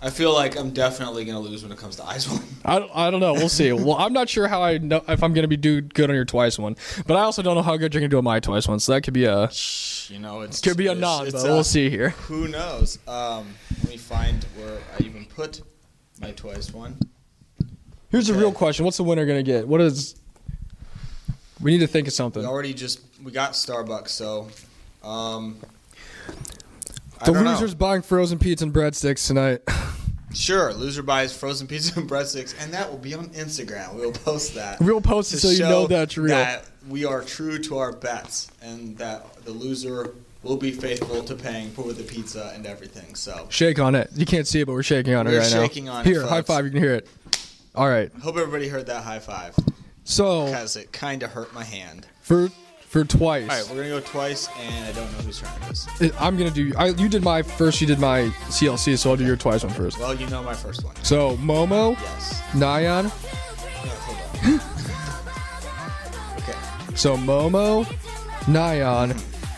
S1: I feel like I'm definitely gonna lose when it comes to eyes one.
S2: I don't, I don't know. We'll see. well, I'm not sure how I know if I'm going to be do good on your twice one, but I also don't know how good you're going to do on my twice one. So that could be a
S1: You know, it's
S2: could be a
S1: it's-
S2: nod,
S1: it's
S2: but
S1: a-
S2: we'll see here.
S1: Who knows? Um, let me find where I even put my twice one.
S2: Here's a
S1: Okay.
S2: real question: What's the winner going to get? What is? We need to think of
S1: We
S2: something.
S1: already just we got Starbucks, so um, I
S2: The
S1: don't know.
S2: loser's buying frozen pizza and breadsticks tonight. *laughs*
S1: Sure, loser buys frozen pizza and breadsticks, and that will be on Instagram. We'll post that.
S2: We'll post it
S1: to
S2: so you
S1: show
S2: know that's real.
S1: That we are true to our bets, and that the loser will be faithful to paying for the pizza and everything. So,
S2: Shake on it. You can't see it, but we're shaking on it
S1: We're
S2: right
S1: shaking
S2: now.
S1: on it,
S2: Here, high
S1: folks.
S2: five. You can hear it. All right.
S1: hope everybody heard that high five
S2: So
S1: because it kind of hurt my hand.
S2: for for twice.
S1: All right, we're gonna go twice, and I don't know whose turn it is.
S2: It- I'm gonna do. I, you did my first. You did my CLC. So I'll do your twice one first.
S1: Well, you know my first one.
S2: So Momo,
S1: Yes.
S2: Nyan.
S1: No, hold on. okay.
S2: So Momo, Nyan,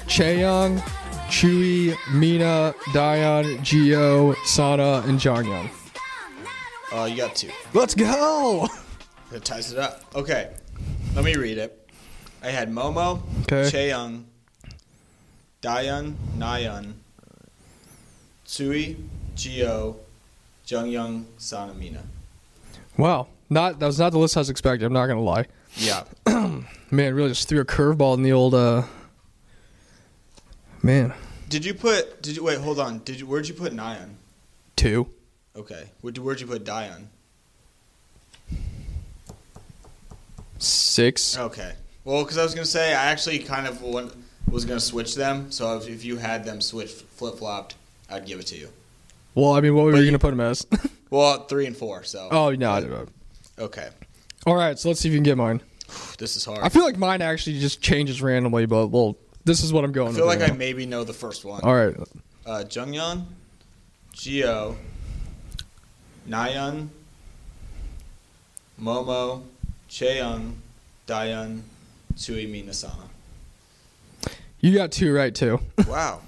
S2: Chaeyoung, Chewy, Mina, Dion, Geo, Sana, and Jonghyun.
S1: Uh, you got two.
S2: Let's go.
S1: That ties it up. Okay, let me read it. I had Momo,
S2: Okay.
S1: Chaeyoung, Daeyeon, Nayeon, Tsui, Geo, Jungyoung, Sanamina.
S2: Wow. Not that was not the list I was expecting. I'm not gonna lie.
S1: Yeah.
S2: Man, really just threw a curveball in the old. uh Man,
S1: Did you put? Did you wait? Hold on. Did you? Where'd you put Nayeon?
S2: two.
S1: Okay. Where'd, you- where'd you put Daeyeon?
S2: Six.
S1: Okay. Well, because I was gonna say I actually kind of want, was gonna switch them. So if, if you had them switch flip flopped, I'd give it to you.
S2: Well, I mean, what were
S1: But
S2: you
S1: you-
S2: gonna put him as? *laughs*
S1: Well, three and four. So.
S2: oh no. I don't know.
S1: Okay.
S2: All right, so let's see if you can get mine.
S1: This is hard.
S2: I feel like mine actually just changes randomly, but well, this is what I'm going
S1: I
S2: with.
S1: feel like
S2: right
S1: I
S2: now.
S1: maybe know the first one.
S2: All right.
S1: Uh, Jungyeon, Geo, Nayeon, Momo, Chaeyoung, Daeyeon, Tsui, Minasana.
S2: You got two right, too.
S1: Wow,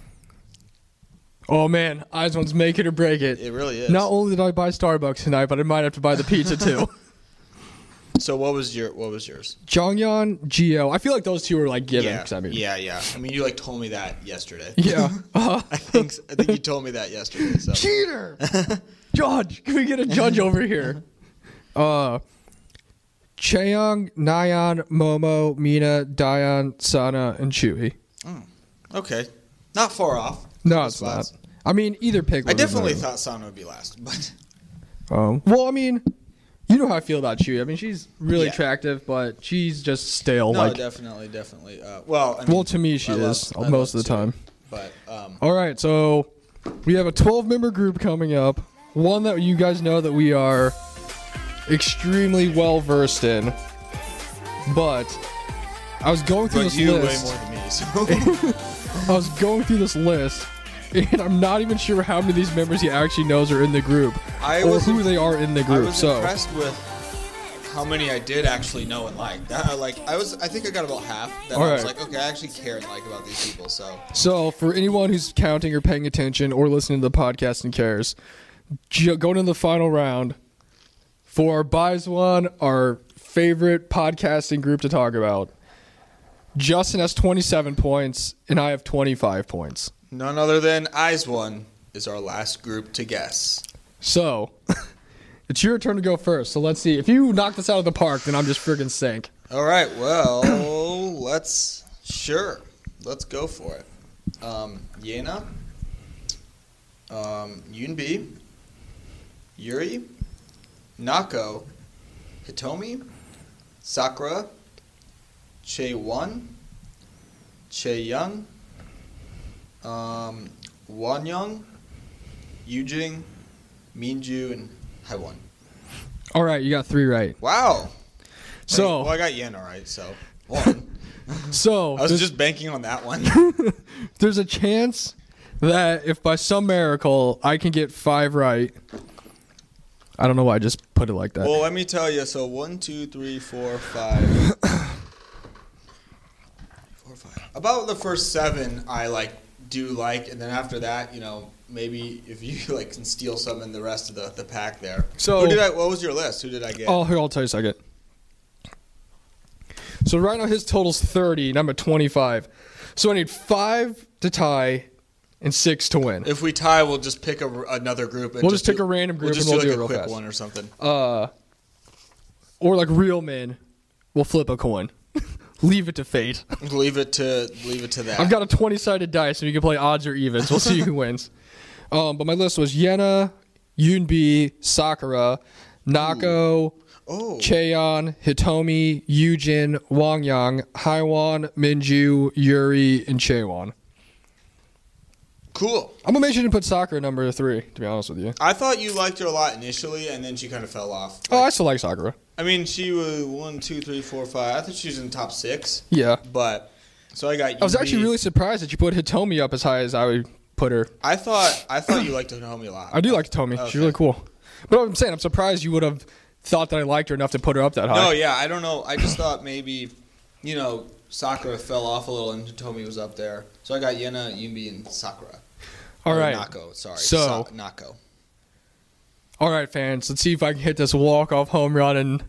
S2: Oh, man. Eyes one's make it or break it.
S1: it really is.
S2: Not only did I buy Starbucks tonight, but I might have to buy
S1: *laughs*
S2: the pizza, too.
S1: so what was your what was yours?
S2: Jonghyun, Geo. I feel like those two were like given.
S1: yeah,
S2: 'cause I mean,
S1: yeah, yeah. I mean, you like told me that yesterday. *laughs*
S2: *laughs* Yeah. Uh,
S1: I think s- I think you told me that yesterday. So *laughs*
S2: cheater! judge! Can we get a judge over here?
S1: Uh-huh.
S2: Uh, Chaeyoung, Nyan, Momo, Mina, Dion, Sana, and Chewy.
S1: okay, not far off.
S2: No,
S1: Those
S2: it's not.
S1: spots.
S2: I mean, either pick.
S1: I
S2: would've been
S1: definitely
S2: better.
S1: thought Sana would be last, but
S2: Um, well, I mean, you know how I feel about Chewie. I mean, she's really
S1: Yeah.
S2: attractive, but she's just stale.
S1: no,
S2: like,
S1: definitely, definitely. Uh, well, I mean,
S2: well, to me, she
S1: I love-
S2: is
S1: I love
S2: most of the
S1: Tsui,
S2: time.
S1: But um,
S2: All right, so we have a 12 member group coming up. One that you guys know that we are extremely well versed in, but I was going through
S1: but
S2: this
S1: you
S2: list.
S1: way more than *laughs* me. So
S2: I was going through this list. And I'm not even sure how many of these members he actually knows are in the group,
S1: I
S2: or
S1: was
S2: who
S1: im-
S2: they are in the
S1: I
S2: group.
S1: was
S2: So
S1: impressed with how many I did actually know and like. That, I, like I was, I think I got about half. That I was
S2: Alright.
S1: like, okay, I actually care and like about these people. So
S2: So, for anyone who's counting or paying attention or listening to the podcast and cares, ju- going into the final round for our buys one, our favorite podcasting group to talk about. Justin has 27 points, and I have 25 points.
S1: none other than Eyes One is our last group to guess.
S2: So, *laughs* it's your turn to go first. So, let's see. If you knock this out of the park, then I'm just friggin' sank.
S1: All right, well, *clears throat* let's sure, let's go for it. Um, Yena, um, Yunbi, Yuri, Nako, Hitomi, Sakura, Che Won, Che Young, um, Wan Young, Yujing, Minju, and Haiwon.
S2: All right, you got three right.
S1: Wow.
S2: So-
S1: well, I got yen all right. So one.
S2: So
S1: I was
S2: there's,
S1: just banking on that
S2: *laughs*
S1: one.
S2: there's a chance that if by some miracle I can get five right, I don't know why I just put it like that.
S1: well, let me tell you. So one, two, three, four, five. Four, five. About the first seven, I like do like, and then after that, you know, maybe if you *laughs* like can steal some in the rest of the, the pack there.
S2: So-
S1: who did I? What was your list? Who did I get?
S2: Oh, here I'll tell you a second. So right now his total's thirty, and I'm at twenty-five. So I need five to tie and six to win.
S1: If we tie, we'll just pick a, another group. And
S2: We'll just pick
S1: do-
S2: a random group
S1: We'll just
S2: and we'll
S1: do like
S2: do it
S1: a
S2: real
S1: quick
S2: fast.
S1: one or something.
S2: Uh, or like real men, will flip a coin. *laughs* Leave it to fate.
S1: Leave it to leave it to that.
S2: I've got a 20 sided dice, and you can play odds or evens.
S1: *laughs*
S2: We'll see who wins. Um, but my list was Yena, Yunbi, Sakura, Nako,
S1: oh
S2: Cheon, Hitomi, Yujin, Wangyang, Haiwan, Minju, Yuri, and Chaewon.
S1: cool.
S2: I'm gonna make sure to put Sakura number three. To be honest with you,
S1: I thought you liked her a lot initially, and then she kind of fell off.
S2: oh, I still like Sakura.
S1: I mean, she was one, two, three, four, five. I think she was in the top six,
S2: Yeah,
S1: but so I got.
S2: I was
S1: UB.
S2: actually really surprised that you put Hitomi up as high as I would put her.
S1: I thought I thought you liked Naomi a lot.
S2: I do like Hitomi. She's
S1: Oh, Okay.
S2: really cool. But I'm saying I'm surprised you would have thought that I liked her enough to put her up that high.
S1: No, yeah, I don't know. I just thought maybe, you know, Sakura fell off a little, and Tomi was up there. So I got Yena, Yumbi, and Sakura.
S2: All
S1: Or
S2: right.
S1: Nako. Sorry,
S2: So-
S1: Sa- Nako.
S2: All right, fans. Let's see if I can hit this walk-off home run and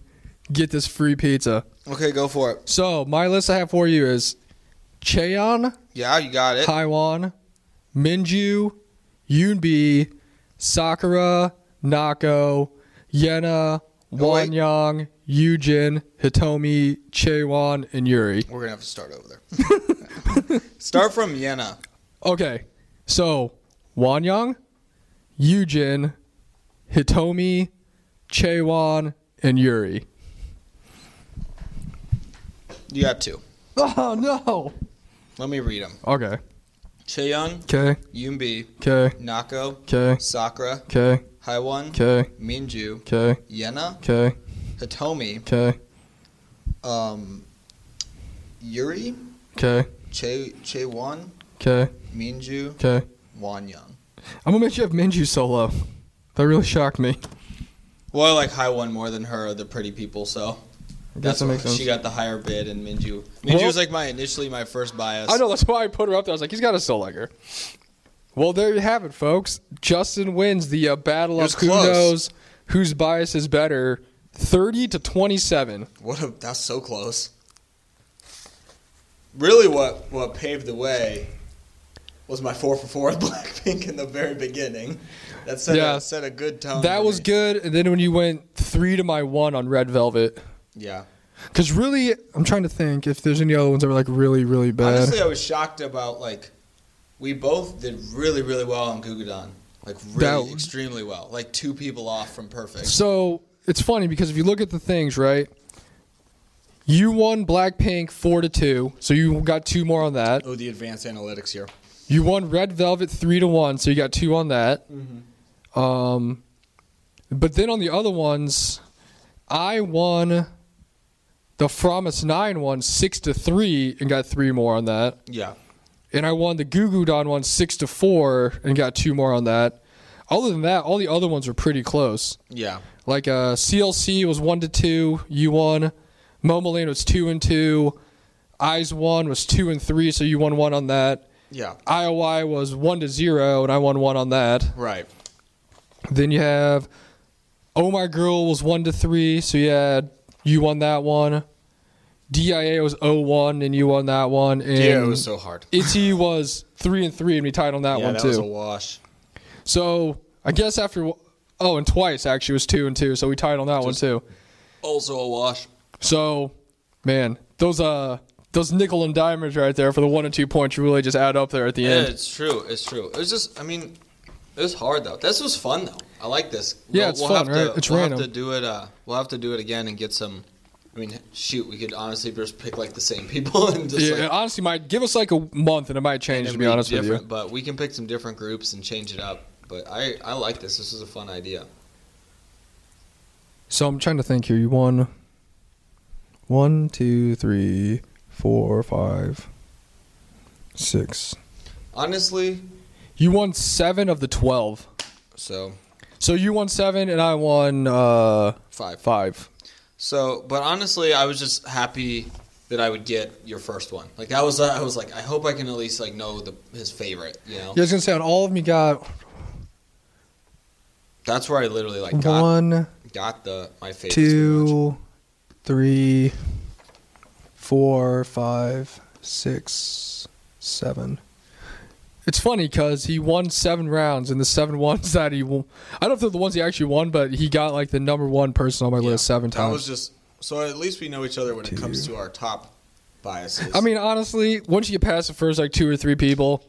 S2: get this free pizza.
S1: Okay, go for it.
S2: So my list I have for you is Cheon,
S1: Yeah, you got it.
S2: Taiwan, Minju, Yoonbi, Sakura, Nako, Yena,
S1: Oh, wait.
S2: Wanyang, Yujin, Hitomi, Chaewon, and Yuri.
S1: We're gonna have to start over there. *laughs* start from Yena.
S2: Okay, so Wanyang, Yujin, Hitomi, Chaewon, and Yuri.
S1: You got two.
S2: Oh no.
S1: Let me read them.
S2: Okay.
S1: Cheon,
S2: Okay.
S1: Yumbi,
S2: Okay.
S1: Nako,
S2: Okay.
S1: Sakura,
S2: Okay.
S1: Haiwon,
S2: Okay.
S1: Minju,
S2: Okay.
S1: Yena,
S2: Okay.
S1: Hitomi,
S2: Okay.
S1: um, Yuri,
S2: Okay.
S1: Che Chewon,
S2: Okay.
S1: Minju,
S2: Okay.
S1: Wanyang.
S2: I'm gonna make you have Minju solo. That really shocked me.
S1: Well, I like Haiwon more than her, the pretty people, so
S2: I
S1: that's
S2: guess that
S1: why
S2: makes sense.
S1: she got the higher bid, and Minju. Minju
S2: Well-
S1: was like my initially my first bias.
S2: I know that's why I put her up there. I was like, he's got to still like her. Well, there you have it, folks. Justin wins the uh, battle
S1: It
S2: of
S1: was
S2: who
S1: close.
S2: knows whose bias is better, thirty to twenty-seven.
S1: What a, that's so close. Really, what what paved the way was my four for four *laughs* with Blackpink in the very beginning. That set
S2: Yeah.
S1: a, set a good tone.
S2: That
S1: for
S2: was
S1: me.
S2: good. And then when you went three to my one on Red Velvet,
S1: Yeah.
S2: because really, I'm trying to think if there's any other ones that were like really, really bad.
S1: Honestly, I was shocked about like we both did really really well on Gugudan, like really
S2: That-
S1: extremely well, like two people off from perfect.
S2: So it's funny because if you look at the things, right? You won Blackpink four to two, so you got two more on that.
S1: Oh, the advanced analytics here.
S2: You won Red Velvet three to one, so you got two on that. Um, but then on the other ones, I won the Promise Nine one six to three and got three more on that,
S1: Yeah.
S2: and I won the Goo Goo Don one six to four and got two more on that. Other than that, all the other ones were pretty close.
S1: Yeah.
S2: Like uh, CLC was one to two, you won. Momoland was two and two. Eyes one was two and three, so you won one on that.
S1: Yeah.
S2: IOI was one to zero, and I won one on that.
S1: Right.
S2: Then you have Oh My Girl was one to three, so you had you won that one. DIA was 0-1, and you won that one. And
S1: yeah, it was
S2: *laughs*
S1: so hard.
S2: Itzy was three and three, and we tied on that
S1: yeah,
S2: one
S1: that
S2: too.
S1: was a wash.
S2: so I guess after oh, and twice actually was two and two, so we tied on that one
S1: Just-
S2: too.
S1: Also a wash.
S2: So, man, those uh those nickel and diamonds right there for the one and two points you really just add up there at the
S1: Yeah,
S2: end.
S1: it's true. It's true. It was just, I mean, it was hard though. This was fun though. I like this.
S2: Yeah, it's
S1: have
S2: fun,
S1: to,
S2: right? It's
S1: we'll
S2: random.
S1: Have to do it. Uh, we'll have to do it again and get some. I mean, shoot, we could honestly just pick like the same people *laughs* and just
S2: Yeah,
S1: like,
S2: it honestly, might give us like a month and it might change.
S1: and
S2: To be
S1: be
S2: honest with
S1: different,
S2: you,
S1: But we can pick some different groups and change it up. But I, I like this. This is a fun idea.
S2: so I'm trying to think here. You won one, two, three, four, five, six.
S1: Honestly,
S2: You won seven of the twelve.
S1: so
S2: So you won seven, and I won uh,
S1: five.
S2: five.
S1: So, but honestly, I was just happy that I would get your first one. Like that was, I was like, I hope I can at least like know the his favorite. You know,
S2: Yeah, I was gonna say on all of me got
S1: that's where I literally like got
S2: one,
S1: got the my favorite.
S2: two, three, four, five, six, seven. It's funny because he won seven rounds, and the seven *laughs* ones that he won, I don't know if they're the ones he actually won, but he got like the number one person on my
S1: Yeah,
S2: list seven
S1: That was
S2: times.
S1: just so at least we know each other when
S2: Two.
S1: it comes to our top biases.
S2: I mean, honestly, once you get past the first like two or three people,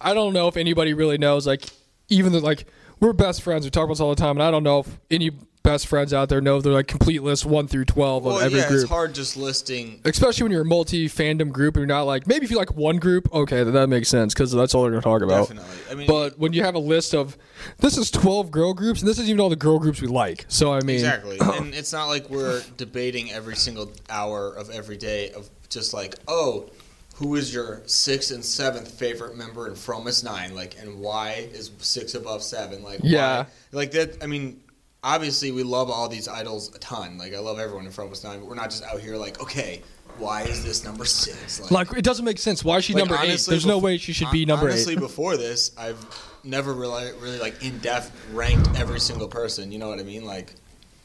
S2: I don't know if anybody really knows. Like, even the, like we're best friends, we talk about this all the time, and I don't know if any best friends out there know their like complete list one through twelve
S1: well,
S2: of every
S1: yeah,
S2: group.
S1: it's hard just listing.
S2: especially when you're a multi fandom group and you're not like maybe if you like one group okay that, that makes sense because that's all they're gonna talk about
S1: Definitely. I mean,
S2: but when you have a list of this is 12 girl groups and this is even all the girl groups we like so i mean *clears throat*
S1: Exactly. and it's not like we're debating every single hour of every day of just like, oh, who is your sixth and seventh favorite member in From Us Nine? Like, and why is six above seven? Like,
S2: Yeah.
S1: why? Like that. I mean, obviously, we love all these idols a ton. Like, I love everyone in From Us Nine, but we're not just out here like, okay, why is this number six?
S2: like it doesn't make sense why is she
S1: Like,
S2: number eight
S1: honestly,
S2: there's no
S1: bef-
S2: way she should
S1: hon-
S2: be number
S1: honestly,
S2: eight
S1: before this, I've never really, really like in depth ranked every single person. You know what I mean? Like,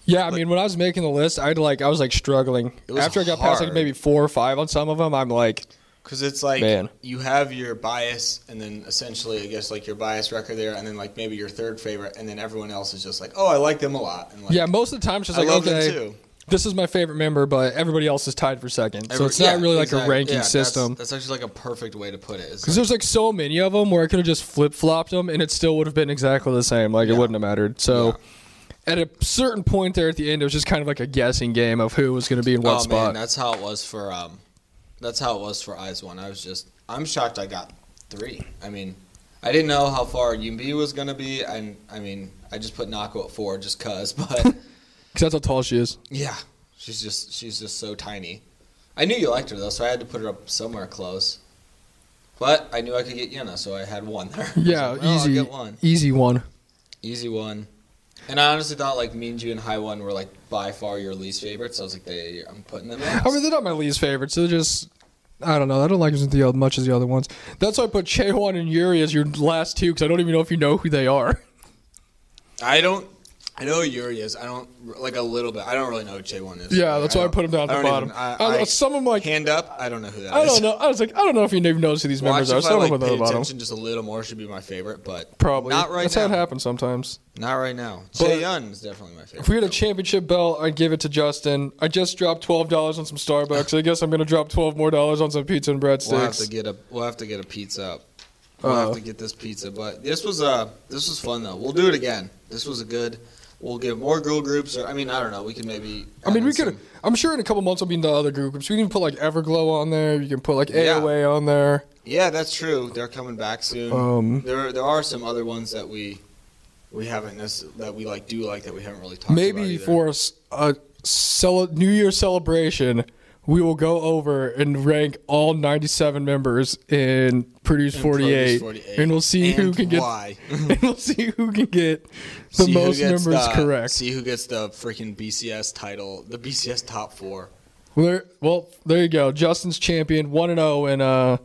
S2: yeah i mean when i was making the list i'd like i was like struggling
S1: It was
S2: after i got past like
S1: hard.
S2: maybe four or five on some of them i'm like
S1: Because it's like
S2: Man.
S1: you have your bias, and then essentially, I guess like your bias record there, and then like maybe your third favorite, and then everyone else is just like, oh, I like them a lot. And like,
S2: yeah most of the time she's
S1: I
S2: like
S1: love
S2: okay
S1: them too.
S2: this is my favorite member but everybody else is tied for second so
S1: Every-
S2: it's not
S1: yeah,
S2: really like
S1: exact-
S2: a ranking
S1: yeah, that's-
S2: system
S1: That's, actually like a perfect way to put it. It's
S2: Because
S1: like-
S2: there's like so many of them where I could have just flip flopped them and it still would have been exactly the same. Like it
S1: Yeah.
S2: wouldn't have mattered. So at a certain point there at the end, it was just kind of like a guessing game of who was going to be in what
S1: oh man,
S2: spot.
S1: that's how it was for um, that's how it was for Eyes One. I was just, I'm shocked I got three. I mean, I didn't know how far Yumbi was gonna be, and I mean, I just put Nako at four just cause, *laughs* but.
S2: Because that's how tall she is.
S1: Yeah, she's just she's just so tiny. I knew you liked her though, so I had to put her up somewhere close. But I knew I could get Yuna, so I had one there. *laughs* I was
S2: Yeah,
S1: like, well,
S2: easy,
S1: I'll get one,
S2: easy one.
S1: easy one. And I honestly thought like Minju and High One were like by far your least favorites. So I was like, they, I'm putting them. Last.
S2: I mean, they're not my least favorite. So they're just. I don't know. I don't like them as the oth- much as the other ones. That's why I put Chaewon and Yuri as your last two because I don't even know if you know who they are. *laughs*
S1: I don't. I know who Yuri is. I don't like a little bit. I don't really know who J One is.
S2: Yeah, that's why I
S1: don't-
S2: put them down at the
S1: I don't
S2: bottom.
S1: even- I-
S2: I don't know,
S1: I-
S2: some of them like
S1: hand up. I don't know who that is.
S2: I don't know. I was like I don't know if you even notice who these
S1: Watch
S2: members are.
S1: if
S2: So
S1: I
S2: I don't
S1: like
S2: know about
S1: paid
S2: the bottom.
S1: attention just a little more should be my favorite, but
S2: Probably
S1: not right
S2: That's
S1: now.
S2: how it happens sometimes.
S1: Not right now.
S2: But-
S1: Yun is definitely my favorite.
S2: If we had a
S1: though.
S2: championship belt, I'd give it to Justin. I just dropped twelve dollars on some Starbucks. I guess I'm gonna drop twelve more dollars on some pizza and breadsticks.
S1: we'll have to get a we'll have to get a pizza. Up. We'll
S2: Uh-oh.
S1: have to get this pizza. But this was uh this was fun though. We'll do it again. This was a good. We'll give more girl groups. Or I mean, I don't know. We can maybe.
S2: I mean,
S1: add
S2: we
S1: in
S2: could.
S1: some-
S2: I'm sure in a couple months we'll be into other groups. We can put like Everglow on there. You can put like
S1: Yeah.
S2: AOA on there.
S1: Yeah, that's true. They're coming back soon.
S2: Um,
S1: there there are some other ones that we we haven't nec- that we like do like that we haven't really talked about.
S2: Maybe
S1: either.
S2: for a, s- a cele- New Year celebration, we will go over and rank all 97 members in Produce
S1: And
S2: 48,
S1: Produce 48.
S2: and we'll see who
S1: And
S2: can get.
S1: why.
S2: *laughs* and we'll see who can get the
S1: See who
S2: most
S1: gets
S2: members
S1: the-
S2: correct.
S1: See who gets the freaking BCS title, the BCS top four,
S2: Well there, well, there you go. Justin's champion, one and zero in uh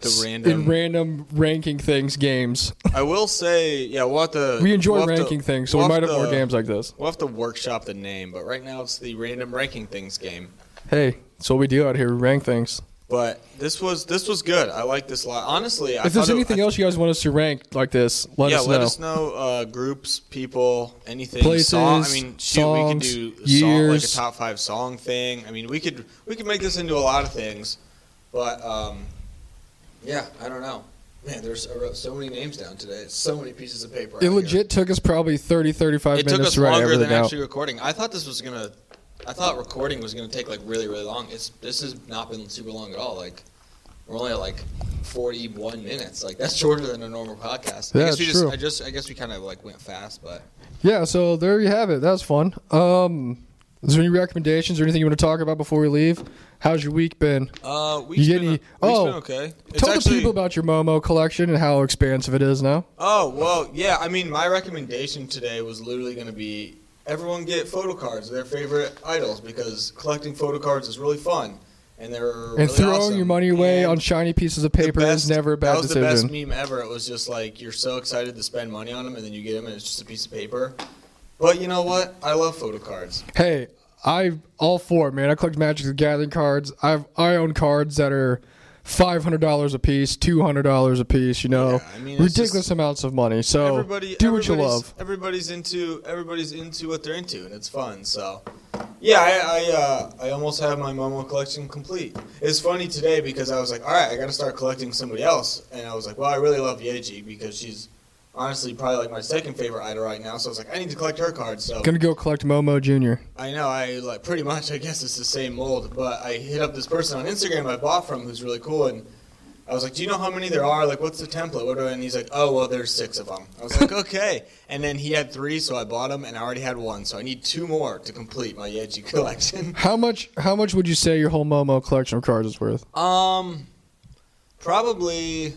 S1: the
S2: s-
S1: random.
S2: in random ranking things games.
S1: I will say, yeah, we'll have to.
S2: We enjoy
S1: we'll have to-
S2: ranking things, so
S1: we'll
S2: we might have more
S1: to- uh,
S2: games like this.
S1: We'll have to workshop the name, but right now it's the random ranking things game.
S2: Hey, that's what we do out here. We rank things.
S1: But this was this was good. I like this a lot. Honestly, I
S2: If there's
S1: thought it-
S2: anything
S1: I-
S2: else you guys want us to rank like this, let
S1: yeah,
S2: us
S1: let
S2: know.
S1: us know uh, groups, people, anything.
S2: Places,
S1: song. I mean, shoot,
S2: songs,
S1: we could do song, like a
S2: years.
S1: top five song thing. I mean, we could we could make this into a lot of things. But um, yeah, I don't know.
S3: Man, there's I wrote so many names down today. So many pieces of paper. out
S2: It
S3: here.
S2: legit took us probably 30, 35
S3: It
S2: minutes
S3: took us
S2: to write
S3: longer
S2: everything
S3: than
S2: out.
S3: actually recording. I thought this was gonna. I thought recording was gonna take like really really long. It's this has not been super long at all. Like we're only at like forty one minutes. Like that's *laughs* shorter than a normal podcast.
S2: Yeah,
S3: I guess we
S2: it's
S3: just,
S2: true.
S3: I just I guess we kind of like went fast, but
S2: Yeah, so there you have it. That was fun. Um, is there any recommendations or anything you want to talk about before we leave? How's your week been?
S1: Uh, we
S2: You
S1: you
S2: get
S1: get
S2: any- oh,
S1: okay.
S2: Tell the people about your Momo collection and how expansive it is now.
S1: Oh well, yeah. I mean, my recommendation today was literally going to be everyone get photo cards of their favorite idols because collecting photo cards is really fun, and they're and
S2: and throwing your money away on shiny pieces of paper is never a bad
S1: That was
S2: decision.
S1: the best meme ever. It was just like you're so excited to spend money on them, and then you get them, and it's just a piece of paper. But you know what? I love photo cards.
S2: Hey, I all for it, man. I collect Magic the Gathering cards. I've I own cards that are five hundred dollars a piece, two hundred dollars a piece. You know,
S1: I mean, it's
S2: ridiculous
S1: just-
S2: amounts of money. So
S1: everybody,
S2: Oh, do what you
S1: everybody's-
S2: love.
S1: Everybody's into everybody's into what they're into, and it's fun. So, yeah, I I, uh, I almost have my Momo collection complete. It's funny today because I was like, all right, I got to start collecting somebody else, and I was like, well, I really love Yeji because she's honestly probably like my second favorite idol right now. So I was like, I need to collect her cards. So
S2: Gonna go collect Momo Junior.
S1: I know I like pretty much I guess it's the same mold, but I hit up this person on Instagram I bought from who's really cool and I was like, "Do you know how many there are? Like, what's the template? What do?" I, and he's like, "Oh, well, there's six of them." I was like, "Okay." And then he had three, so I bought them, and I already had one, so I need two more to complete my Yeji *laughs* collection.
S2: How much? How much would you say your whole Momo collection of cards is worth?
S1: Um, probably,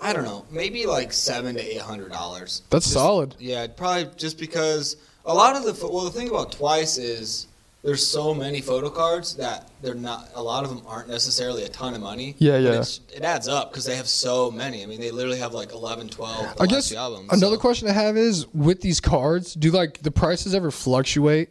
S1: I don't know, maybe like seven to eight hundred dollars.
S2: That's
S1: Just-
S2: solid.
S1: Yeah, probably just because a lot of the pho- well, the thing about Twice is there's so many photo cards that they're not a lot of them aren't necessarily a ton of money.
S2: Yeah,
S1: But
S2: yeah.
S1: it's- It adds up because they have so many. I mean, they literally have like 11, 12. The
S2: I
S1: last
S2: guess
S1: few albums,
S2: another
S1: so.
S2: question I have is with these cards, do like the prices ever fluctuate?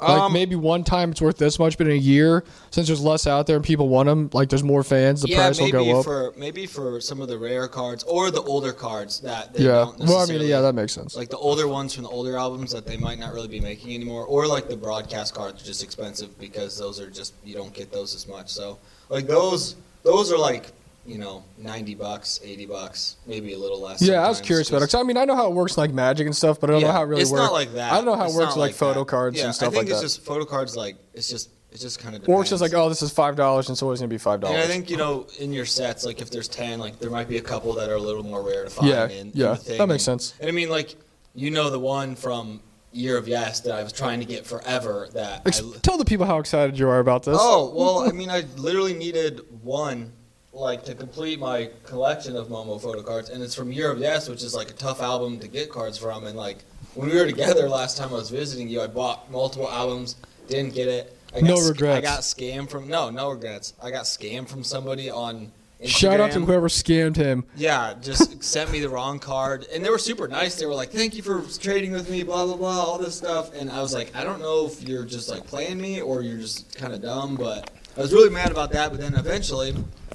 S2: Like
S1: Um,
S2: maybe one time it's worth this much, but in a year, since there's less out there and people want them, like there's more fans, the
S1: yeah,
S2: price will
S1: maybe
S2: go up.
S1: for maybe for some of the rare cards or the older cards that they
S2: yeah.
S1: don't
S2: Well, I
S1: necessarily.
S2: mean, yeah, that makes sense.
S1: like the older ones from the older albums that they might not really be making anymore, or like the broadcast cards are just expensive because those are just you don't get those as much. So like those those are like you know ninety bucks, eighty bucks, maybe a little less.
S2: yeah, I was
S1: sometimes,
S2: curious about it.
S1: 'cause-
S2: 'cause I mean, I know how it works in, like magic and stuff, but I don't know
S1: Yeah,
S2: how it really
S1: it's
S2: works.
S1: not like that.
S2: I don't know how
S1: It's
S2: it works
S1: not
S2: like, photo
S1: that.
S2: cards
S1: Yeah,
S2: and
S1: I
S2: stuff
S1: think
S2: like
S1: it's
S2: that.
S1: just photo cards. Like it's just it's just kind of
S2: or it's just like, oh, this is five dollars, and so it's always gonna be five
S1: And
S2: dollars.
S1: I think you know in your sets, like if there's ten, like there might be a couple that are a little more rare to find.
S2: Yeah,
S1: in, in
S2: yeah,
S1: the thing.
S2: that makes
S1: And-
S2: sense.
S1: And I mean, like you know the one from Year of Yes that I was trying to get forever. That
S2: Ex-
S1: I,
S2: tell the people how excited you are about this.
S1: oh well, I mean, I literally needed one like to complete my collection of Momo photo cards, and it's from Year of Yes, which is like a tough album to get cards from. And like when we were together last time I was visiting you, I bought multiple albums, didn't get it. I got
S2: No
S1: sc- I
S2: regrets.
S1: got scammed from no, no regrets. I got scammed from somebody on. Instagram.
S2: Shout out to whoever scammed him.
S1: Yeah, just sent me the wrong card, and they were super nice. They were like, "Thank you for trading with me," blah blah blah, all this stuff. And I was like, I don't know if you're just like playing me or you're just kind of dumb, but I was really mad about that. But then eventually,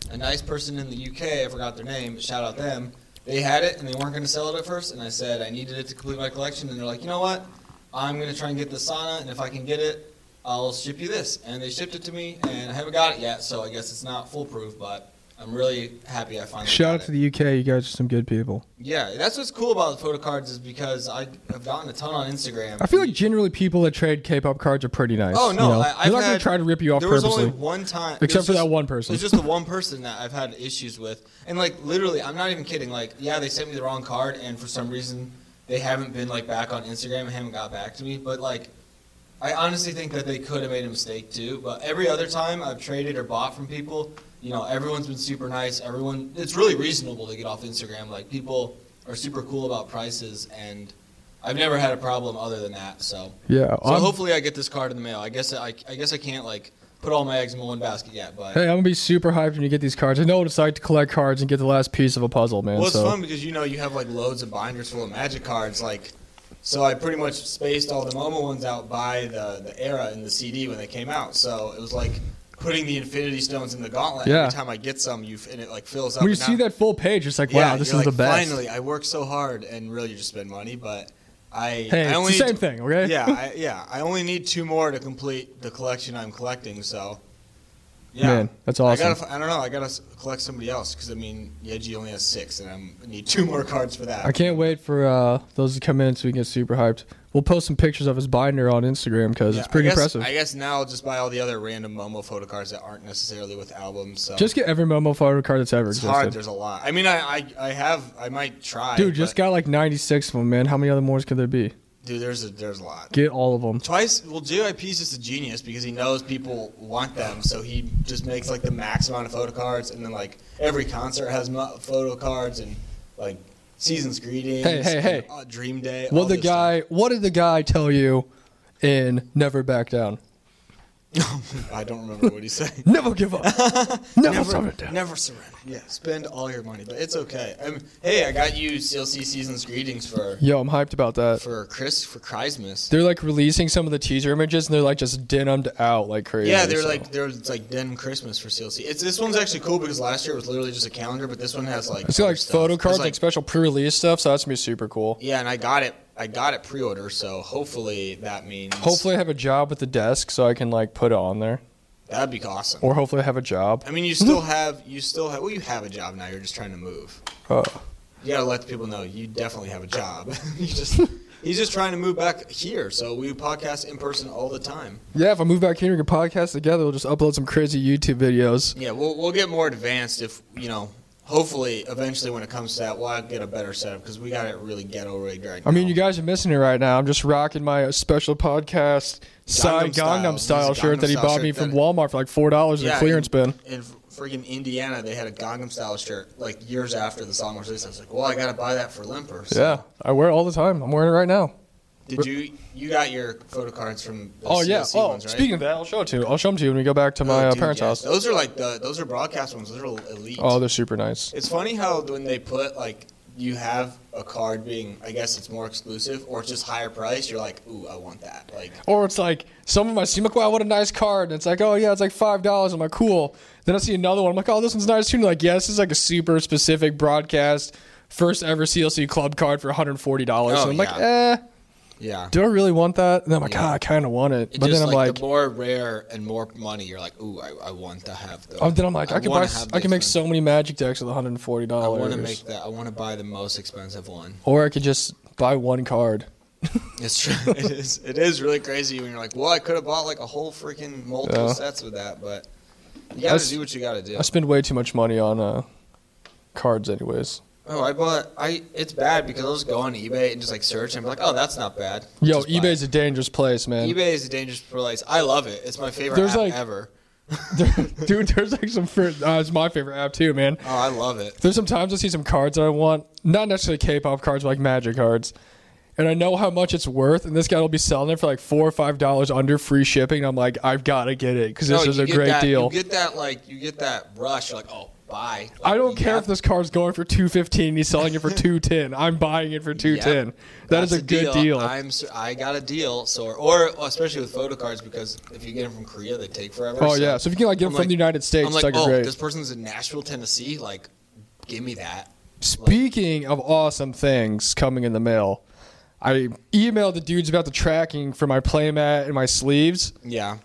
S1: a nice person in the UK, I forgot their name, but shout out them. They had it and they weren't going to sell it at first, and I said I needed it to complete my collection, and they're like, you know what? I'm going to try and get the sauna, and if I can get it, I'll ship you this. And they shipped it to me, and I haven't got it yet, so I guess it's not foolproof, but. I'm really happy I finally got
S2: Shout out
S1: it.
S2: to the UK. You guys are some good people.
S1: Yeah, that's what's cool about the photo cards is because I have gotten a ton on Instagram.
S2: I feel like generally people that trade K-pop cards are pretty nice.
S1: Oh, no,
S2: you know?
S1: I- I've
S2: they're not gonna
S1: had-
S2: try to rip you off
S1: there was
S2: purposely.
S1: only one time,
S2: Except
S1: there's
S2: for that
S1: just-
S2: one person.
S1: There's just the one person that I've had issues with, and like literally, I'm not even kidding. Like, yeah, they sent me the wrong card, and for some reason, they haven't been like back on Instagram and haven't got back to me. But like, I honestly think that they could have made a mistake too. But every other time I've traded or bought from people, you know, everyone's been super nice. Everyone, it's really reasonable to get off Instagram. Like, people are super cool about prices, and I've never had a problem other than that. So.
S2: *laughs* yeah.
S1: So
S2: I'm-
S1: hopefully I get this card in the mail. I guess I, I guess I can't like put all my eggs in one basket yet, but
S2: Hey, I'm gonna be super hyped when you get these cards. I know what it's like to collect cards and get the last piece of a puzzle, man.
S1: well, it's
S2: so
S1: fun because you know you have like loads of binders full of magic cards. Like, so I pretty much spaced all the Momo ones out by the the era in the CD when they came out. So it was like putting the Infinity Stones in the Gauntlet.
S2: Yeah.
S1: Every time I get some, you and it like fills up.
S2: when you
S1: and
S2: see
S1: now-
S2: that full page, it's like,
S1: yeah,
S2: wow, this is
S1: you're
S2: the
S1: like,
S2: best.
S1: Finally, I worked so hard, and really, you just spend money, but. I,
S2: Hey,
S1: I
S2: it's
S1: only
S2: the same thing, okay? *laughs*
S1: yeah, I, yeah. I only need two more to complete the collection I'm collecting, so
S4: Yeah.
S2: Man, that's awesome.
S1: I gotta. f- I don't know. I gotta s- collect somebody else because I mean, Yeji only has six, and I'm, I need two *laughs* more cards for that.
S2: I can't wait for uh, those to come in so we can get super hyped. We'll post some pictures of his binder on Instagram because
S1: Yeah,
S2: it's pretty
S1: I guess,
S2: impressive.
S1: I guess now I'll just buy all the other random Momo photo cards that aren't necessarily with albums. So
S2: just get every Momo photo card that's ever
S1: it's
S2: existed.
S1: hard. There's a lot. I mean, I, I, I have. I might try.
S2: Dude, just
S1: but-
S2: got like 96 of them, man. How many other more could there be?
S1: dude. There's a, there's a lot.
S2: Get all of them.
S1: Twice. Well, JYP's just a genius because he knows people want them, so he just makes like the max amount of photo cards, and then like every concert has mo- photo cards and like seasons greetings.
S2: Hey, hey, hey.
S1: and, uh, Dream Day. all
S2: What the
S1: this stuff.
S2: guy? What did the guy tell you in Never Back Down?
S1: *laughs* I don't remember what he said.
S2: Never
S1: *laughs*
S2: give up. never,
S1: Never,
S2: surrender.
S1: never surrender. Yeah, spend all your money, but it's okay. i hey, I got you CLC season's greetings for
S2: Yo, I'm hyped about that.
S1: for Chris for Christmas.
S2: They're like releasing some of the teaser images, and they're like just denumed out like crazy.
S1: Yeah, they're
S2: so-
S1: like they're it's like denim Christmas for CLC. It's this one's actually cool because last year was literally just a calendar, but this one has like
S2: I see
S1: other
S2: like
S1: stuff.
S2: photo
S1: It's
S2: cards,
S1: like-
S2: like special pre-release stuff. So that's gonna be super cool.
S1: yeah, and I got it. I got it pre-order, so hopefully that means
S2: Hopefully, I have a job at the desk so I can like put it on there,
S1: that'd be awesome.
S2: or Mhm. hopefully, I have a job.
S1: I mean, you still have you still have well, you have a job now. You're just trying to move.
S2: Uh,
S1: You gotta let the people know you definitely have a job. *laughs* you just he's just trying to move back here, so we podcast in person all the time.
S2: yeah, if I move back here, we can podcast together. We'll just upload some crazy YouTube videos.
S1: Yeah, we'll we'll get more advanced if you know. Hopefully, eventually, when it comes to that, we'll get a better setup because we got it really ghetto rigged right now.
S2: I mean, you guys are missing it right now. I'm just rocking my special podcast side
S1: Style.
S2: Gangnam
S1: He's a
S2: Style shirt
S1: Gangnam
S2: that he
S1: Style
S2: bought
S1: shirt
S2: me from
S1: that-
S2: Walmart for like four dollars in
S1: Yeah,
S2: a clearance bin.
S1: in freaking Indiana, they had a Gangnam Style shirt like years after the song was released. I was like, well, I gotta buy that for Limper. So,
S2: Yeah, I wear it all the time. I'm wearing it right now.
S1: Did you you got your photo cards from? The
S2: Oh yeah.
S1: CLC
S2: Oh,
S1: ones, right?
S2: speaking of that, I'll show it to you. I'll show them to you when we go back to my
S1: Oh,
S2: uh,
S1: dude,
S2: parents'
S1: yes.
S2: house.
S1: Those are like the those are broadcast ones. Those are elite.
S2: Oh, they're super nice.
S1: It's funny how when they put like you have a card being, I guess it's more exclusive or it's just higher price. You're like, ooh, I want that. Like,
S2: Or it's like some of my see, like, wow, what a nice card. And it's like, oh yeah, it's like five dollars. I'm like, cool. Then I see another one. I'm like, oh, this one's nice too. And they're like, yeah, this is like a super specific broadcast, first ever CLC club card for 140 dollars.
S1: Oh,
S2: and I'm like, eh,
S1: yeah.
S2: do I really want that? And I'm like,
S1: Yeah.
S2: ah, I kind of want it.
S1: It
S2: but
S1: just
S2: then I'm
S1: like,
S2: like,
S1: the more rare and more money, you're like, ooh, I, I want to have those.
S2: oh, then I'm like, I, can buy,
S1: wanna
S2: s-
S1: have
S2: I
S1: this
S2: can
S1: one.
S2: make so many magic decks with 140
S1: I want to make
S2: dollars.
S1: that. I want to buy the most expensive
S2: *laughs*
S1: one.
S2: Or I could just buy one card.
S1: It's true. *laughs* it is. It is really crazy when you're like, well, I could have bought like a whole freaking multiple
S2: Yeah.
S1: sets with that, but you
S2: I
S1: gotta
S2: s-
S1: do what you gotta do.
S2: I spend way too much money on uh, cards, anyways.
S1: Oh, I bought. I it's bad because I'll just go on eBay and just like search and be like, oh, that's not bad.
S2: Yo,
S1: Just buy it.
S2: eBay's a dangerous place, man.
S1: eBay is a dangerous place. I love it. It's my favorite
S2: There's,
S1: app
S2: like-
S1: ever.
S2: *laughs* Dude, there's like some. Fr- uh, it's my favorite app too, man.
S1: *laughs* Oh, I love it.
S2: There's some times I see some cards that I want, not necessarily K-pop cards, but like magic cards, and I know how much it's worth. And this guy will be selling it for like four or five dollars under free shipping. And I'm like, I've got to get it because *laughs* this
S1: No,
S2: is
S1: you
S2: a
S1: get
S2: great
S1: that-
S2: deal.
S1: You get that like you get that rush. You're like, oh, buy. Like,
S2: I don't
S1: you
S2: care
S1: have
S2: if this card's going for two fifteen. He's selling *laughs* it for two ten. I'm buying it for two ten. that is
S1: That's
S2: a good deal.
S1: I'm sur- I got a deal, so or, or especially with photo cards because if you get them from Korea, they take forever.
S2: Oh yeah, so if you can like get
S1: I'm
S2: them from
S1: like-
S2: the United States,
S1: I'm
S2: it's
S1: like,
S2: like a
S1: oh,
S2: great.
S1: this person's in Nashville, Tennessee. Like, give me that.
S2: Speaking of awesome things coming in the mail, I emailed the dudes about the tracking for my playmat and my sleeves.
S1: Yeah,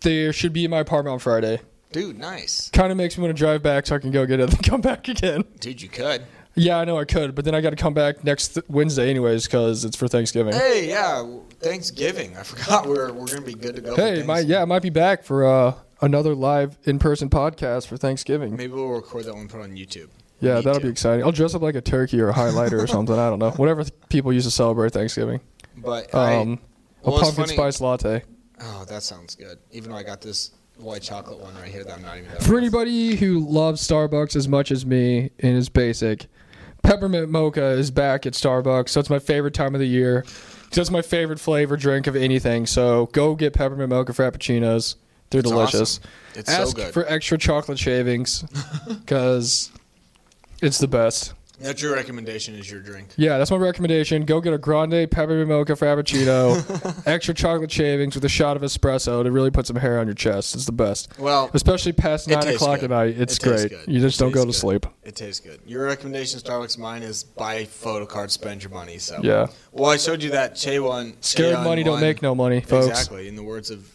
S2: They should be in my apartment on Friday.
S1: dude, nice,
S2: Kind of makes me want to drive back so I can go get it and *laughs* come back again.
S1: dude, you could.
S2: Yeah, I know I could, but then I got to come back next th- Wednesday anyways because it's for Thanksgiving. Hey,
S1: Hey, yeah, w- Thanksgiving. I forgot *laughs* we're we're gonna be good to go. for
S2: my,
S1: Thanks-
S2: yeah, I might be back for uh, another live in-person podcast for Thanksgiving.
S1: Maybe we'll record that one and put it on YouTube.
S2: Yeah,
S1: Me
S2: that'll
S1: too.
S2: be exciting. I'll dress up like a turkey or a highlighter *laughs* or something. I don't know. Whatever th- people use to celebrate Thanksgiving.
S1: But
S2: Um,
S1: I, well,
S2: a
S1: it's
S2: pumpkin
S1: funny-
S2: spice latte.
S1: Oh, that sounds good. Even though I got this white chocolate one right here that I'm not even.
S2: For anybody who loves Starbucks as much as me and is basic, peppermint mocha is back at Starbucks, so it's my favorite time of the year. It's just my favorite flavor drink of anything. So go get peppermint mocha frappuccinos. They're
S1: It's
S2: delicious.
S1: awesome. It's
S2: Ask
S1: so good.
S2: for extra chocolate shavings because it's the best.
S1: That's your recommendation is your drink.
S2: Yeah, that's my recommendation. Go get a grande peppermint
S1: *laughs*
S2: mocha frappuccino, extra chocolate shavings with a shot of espresso to really put some hair on your chest. It's the best.
S1: Well,
S2: Especially past
S1: It
S2: nine
S1: tastes
S2: o'clock
S1: good.
S2: at night, it's
S1: It tastes
S2: great.
S1: good.
S2: You just
S1: It
S2: don't go to
S1: tastes good.
S2: sleep.
S1: It tastes good. Your recommendation, Starbucks, mine is buy photo cards, spend your money. So
S2: Yeah,
S1: Well, I showed you that Che one.
S2: scared
S1: Cheon
S2: money
S1: one.
S2: *laughs* don't make no money, folks.
S1: Exactly. In the words of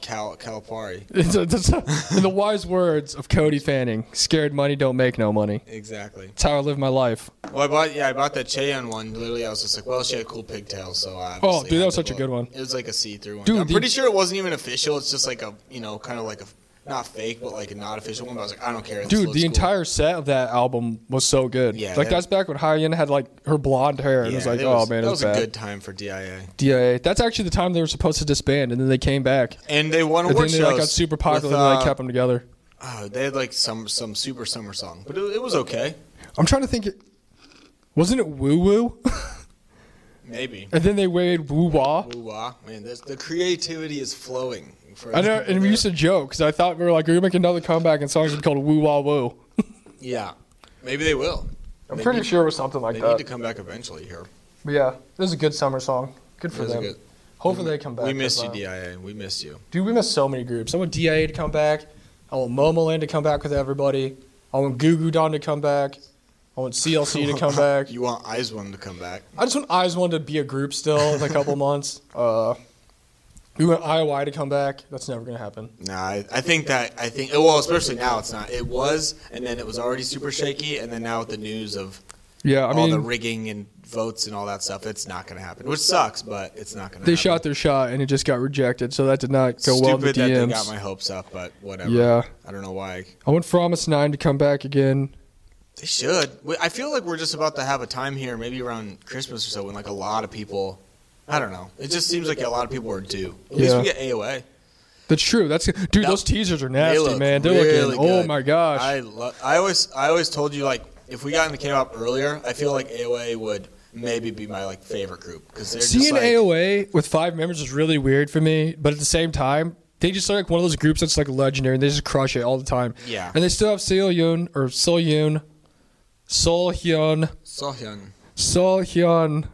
S1: Cal Calipari.
S2: It's a- it's a- in the wise words of Cody Fanning, scared money don't make no money.
S1: Exactly.
S2: That's how I live my life.
S1: Well, I bought yeah, I bought that Cheon one. Literally, I was just like, well, she had cool pigtails, so I.
S2: Oh,
S1: obviously
S2: dude, that
S1: had
S2: was
S1: to
S2: such a
S1: look.
S2: good one.
S1: It was like a see-through one.
S2: Dude,
S1: I'm
S2: the-
S1: pretty sure it wasn't even official. It's just like a you know, kind of like a not fake, but like a not official one. But I was like, I don't care. This
S2: Dude,
S1: looks
S2: the
S1: cool.
S2: entire set of that album was so good.
S1: Yeah,
S2: like
S1: that-
S2: that's back when Hyun had like her blonde hair, and it was
S1: Yeah,
S2: like,
S1: that
S2: oh
S1: was-
S2: man, it
S1: that was
S2: was,
S1: a
S2: bad.
S1: good time for DIA.
S2: DIA. That's actually the time they were supposed to disband, and then they came back.
S1: And they won
S2: And
S1: award
S2: then they like,
S1: shows
S2: got super popular,
S1: with,
S2: and they
S1: uh,
S2: like, kept them together.
S1: oh, they had like some some super summer song, but it, it was okay.
S2: I'm trying to think. It, wasn't it Woo Woo? *laughs*
S1: Maybe.
S2: and then they made Woo Wah.
S1: Ooh, wow. Man, that's, the creativity is flowing. For
S2: I know, and we used to joke because I thought we were like, we're gonna make another comeback, and songs would be called Woo Wah Woo.
S1: Yeah, maybe they will. They need-
S2: sure it was something like
S1: they need to come back eventually here.
S2: But yeah, this is a good summer song. Good for
S1: It was a
S2: them.
S1: good-
S2: Hopefully
S1: we-
S2: they come back.
S1: We missed you,
S2: DIA.
S1: DIA. We missed
S2: *laughs*
S1: you.
S2: Dude, we missed so many groups. I want DIA to come back. I want Momoland to come back with everybody. I want Goo Goo Don to come back. I want CLC
S1: *laughs*
S2: to come back.
S1: You want Eyes One to come back?
S2: I just want Eyes One to be a group still in a *laughs* couple months. Uh, we want IOI to come back. That's never gonna happen.
S1: Nah, I, I think that I think well, especially now it's not. It was, and then it was already super shaky, and then now with the news of
S2: Yeah, I
S1: all the
S2: mean,
S1: rigging and votes and all that stuff, it's not going to happen. Which sucks, but it's not going to.
S2: they shot their shot and it just got rejected, so that did not go
S1: Stupid
S2: well in the
S1: that they
S2: DMs.
S1: got my hopes up, but whatever.
S2: Yeah.
S1: I don't know why.
S2: I want Promise Nine to come back again.
S1: They should. We- I feel like we're just about to have a time here, maybe around Christmas or so, when like a lot of people. I don't know. It just seems like a lot of people are due. At least we
S2: Yeah.
S1: get AOA.
S2: That's true. That's dude.
S1: That-
S2: those teasers are
S1: They
S2: nasty,
S1: look
S2: man. They're
S1: really
S2: looking. Oh
S1: good.
S2: my gosh.
S1: I lo- I always I always told you like if we got in the K-pop earlier, I feel like AOA would maybe be my like favorite group because they're
S2: Seeing
S1: just like,
S2: AOA with five members is really weird for me, but at the same time, they just are like one of those groups that's like legendary and they just crush it all the time.
S1: Yeah.
S2: And they still have Seoyun or Seoyun, Solhyun,
S1: Sohyun.
S2: Solhyun.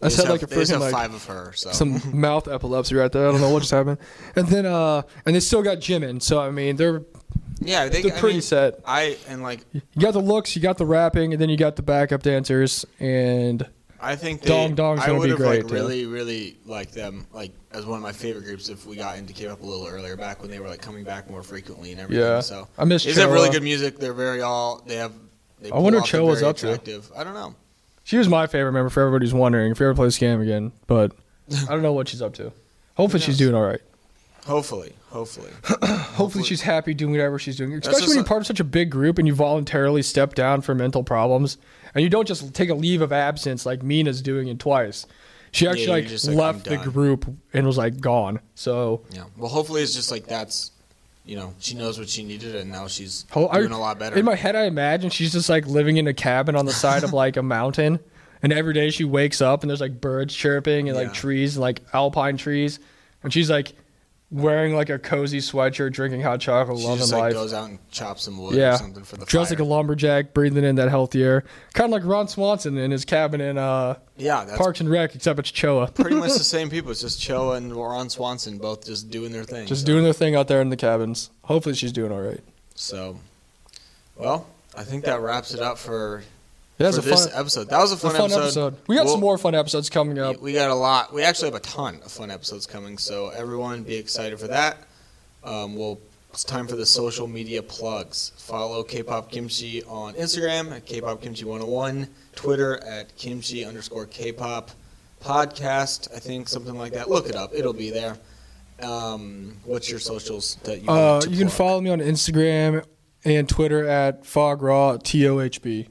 S2: I
S1: They just
S2: said like a
S1: have- they just
S2: freaking
S1: have
S2: like
S1: five of her. So *laughs*
S2: some mouth epilepsy right there. I don't know what just happened. And then uh and they still got Jimin, so I mean they're
S1: yeah, they,
S2: they're
S1: I
S2: pretty
S1: mean,
S2: set.
S1: I and like
S2: You got the looks, you got the rapping, and then you got the backup dancers and
S1: I think they,
S2: Dong Dong's
S1: I
S2: gonna be
S1: would have
S2: great,
S1: like
S2: yeah.
S1: really, really liked them like as one of my favorite groups if we got into K-pop a little earlier back when they were like coming back more frequently and everything.
S2: Yeah.
S1: So
S2: I miss
S1: they have really
S2: Choa.
S1: good music. They're very all they have. They
S2: I wonder
S1: pull off, they're
S2: Choa was
S1: very
S2: up to.
S1: attractive. I don't know.
S2: She was my favorite member for everybody who's wondering if you ever play this game again,
S1: *laughs*
S2: but I don't know what she's up to. Hopefully
S1: Who
S2: she's
S1: knows?
S2: doing all right.
S1: Hopefully, hopefully.
S2: Hopefully she's happy doing whatever she's doing, especially
S1: just
S2: when you're
S1: like-
S2: part of such a big group and you voluntarily step down for mental problems and you don't just take a leave of absence like Mina's doing it twice. She actually
S1: you're
S2: like
S1: just like,
S2: left
S1: I'm
S2: the
S1: done.
S2: group and was like gone. So
S1: yeah. Well, hopefully it's just like that's, you know, she knows what she needed and now she's
S2: ho- I-
S1: doing a lot better.
S2: In my head, I imagine she's just like living in a cabin on the side of like a *laughs* mountain, and every day she wakes up and there's like birds chirping and like
S1: Yeah.
S2: trees, like alpine trees, and she's like wearing like a cozy sweatshirt, drinking hot chocolate,
S1: she
S2: loving
S1: just like
S2: life.
S1: goes out and chops some wood
S2: yeah,
S1: or something for the
S2: just like
S1: fire.
S2: a lumberjack, breathing in that healthy air, kind of like Ron Swanson in his cabin in uh,
S1: yeah, that's
S2: Parks and Rec, except it's Choa,
S1: pretty much
S2: *laughs*
S1: the same people. It's just Choa and Ron Swanson both just doing their thing.
S2: just
S1: so.
S2: doing their thing out there in the cabins. Hopefully, she's doing all right.
S1: So, well, I think that wraps it up for,
S2: Yeah, it's
S1: for
S2: a
S1: this
S2: fun,
S1: episode. That was a
S2: it's a
S1: fun,
S2: fun episode. We got
S1: We'll-
S2: some more fun episodes coming up.
S1: We got a lot. We actually have a ton of fun episodes coming. So everyone, be excited for that. Um, we'll. It's time for the social media plugs. Follow K-pop Kimchi on Instagram at K-pop Kimchi 101, Twitter at Kimchi underscore K-pop podcast. I think something like that. Look it up; it'll be there. Um, what's your socials that you?
S2: Uh,
S1: want to
S2: you can
S1: plug?
S2: follow me on Instagram and Twitter at fograw t o h b.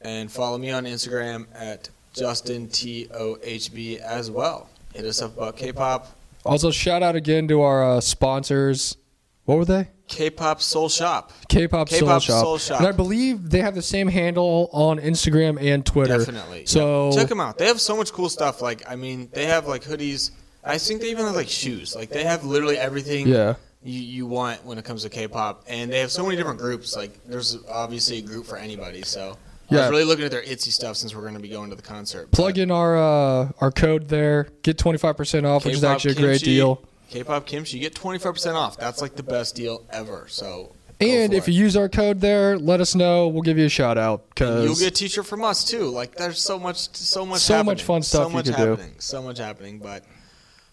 S1: and follow me on Instagram at Justin T O H B as well. Hit us up about K-pop,
S2: Also, shout out again to our uh, sponsors. What were they?
S1: K-pop Soul Shop.
S2: K-pop, Soul,
S1: K-pop
S2: Shop.
S1: Soul Shop.
S2: And I believe they have the same handle on Instagram and Twitter.
S1: Definitely.
S2: So
S1: Check them out. They have so much cool stuff. Like I mean, they have like hoodies. I think they even have like shoes. Like they have literally everything
S2: yeah,
S1: you, you want when it comes to K-pop, and they have so many different groups. Like there's obviously a group for anybody. So I
S2: Yeah.
S1: was really looking at their itsy stuff since we're going to be going to the concert.
S2: plug in our uh, our code there. Get twenty five percent off, which is
S1: K-pop
S2: actually a great
S1: kimchi.
S2: deal.
S1: K-pop kimchi, you get 25% off. That's like the best deal ever. So go
S2: And
S1: for
S2: if
S1: it.
S2: you use our code there, let us know. We'll give you a shout out
S1: And you'll
S2: because
S1: get a t-shirt from us too. Like there's so much, so much,
S2: So much
S1: happening.
S2: fun stuff
S1: so
S2: you
S1: much
S2: could do.
S1: happening, so much happening. But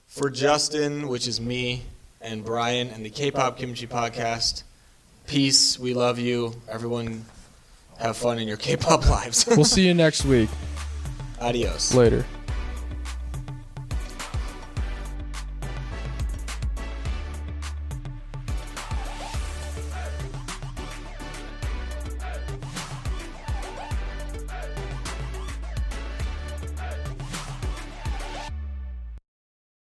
S1: for Justin, which is me, and Brian and the K-pop Kimchi Podcast. Peace. We love you. Everyone, have fun in your K-pop *laughs* lives.
S2: We'll see you next week.
S1: Adios.
S2: Later.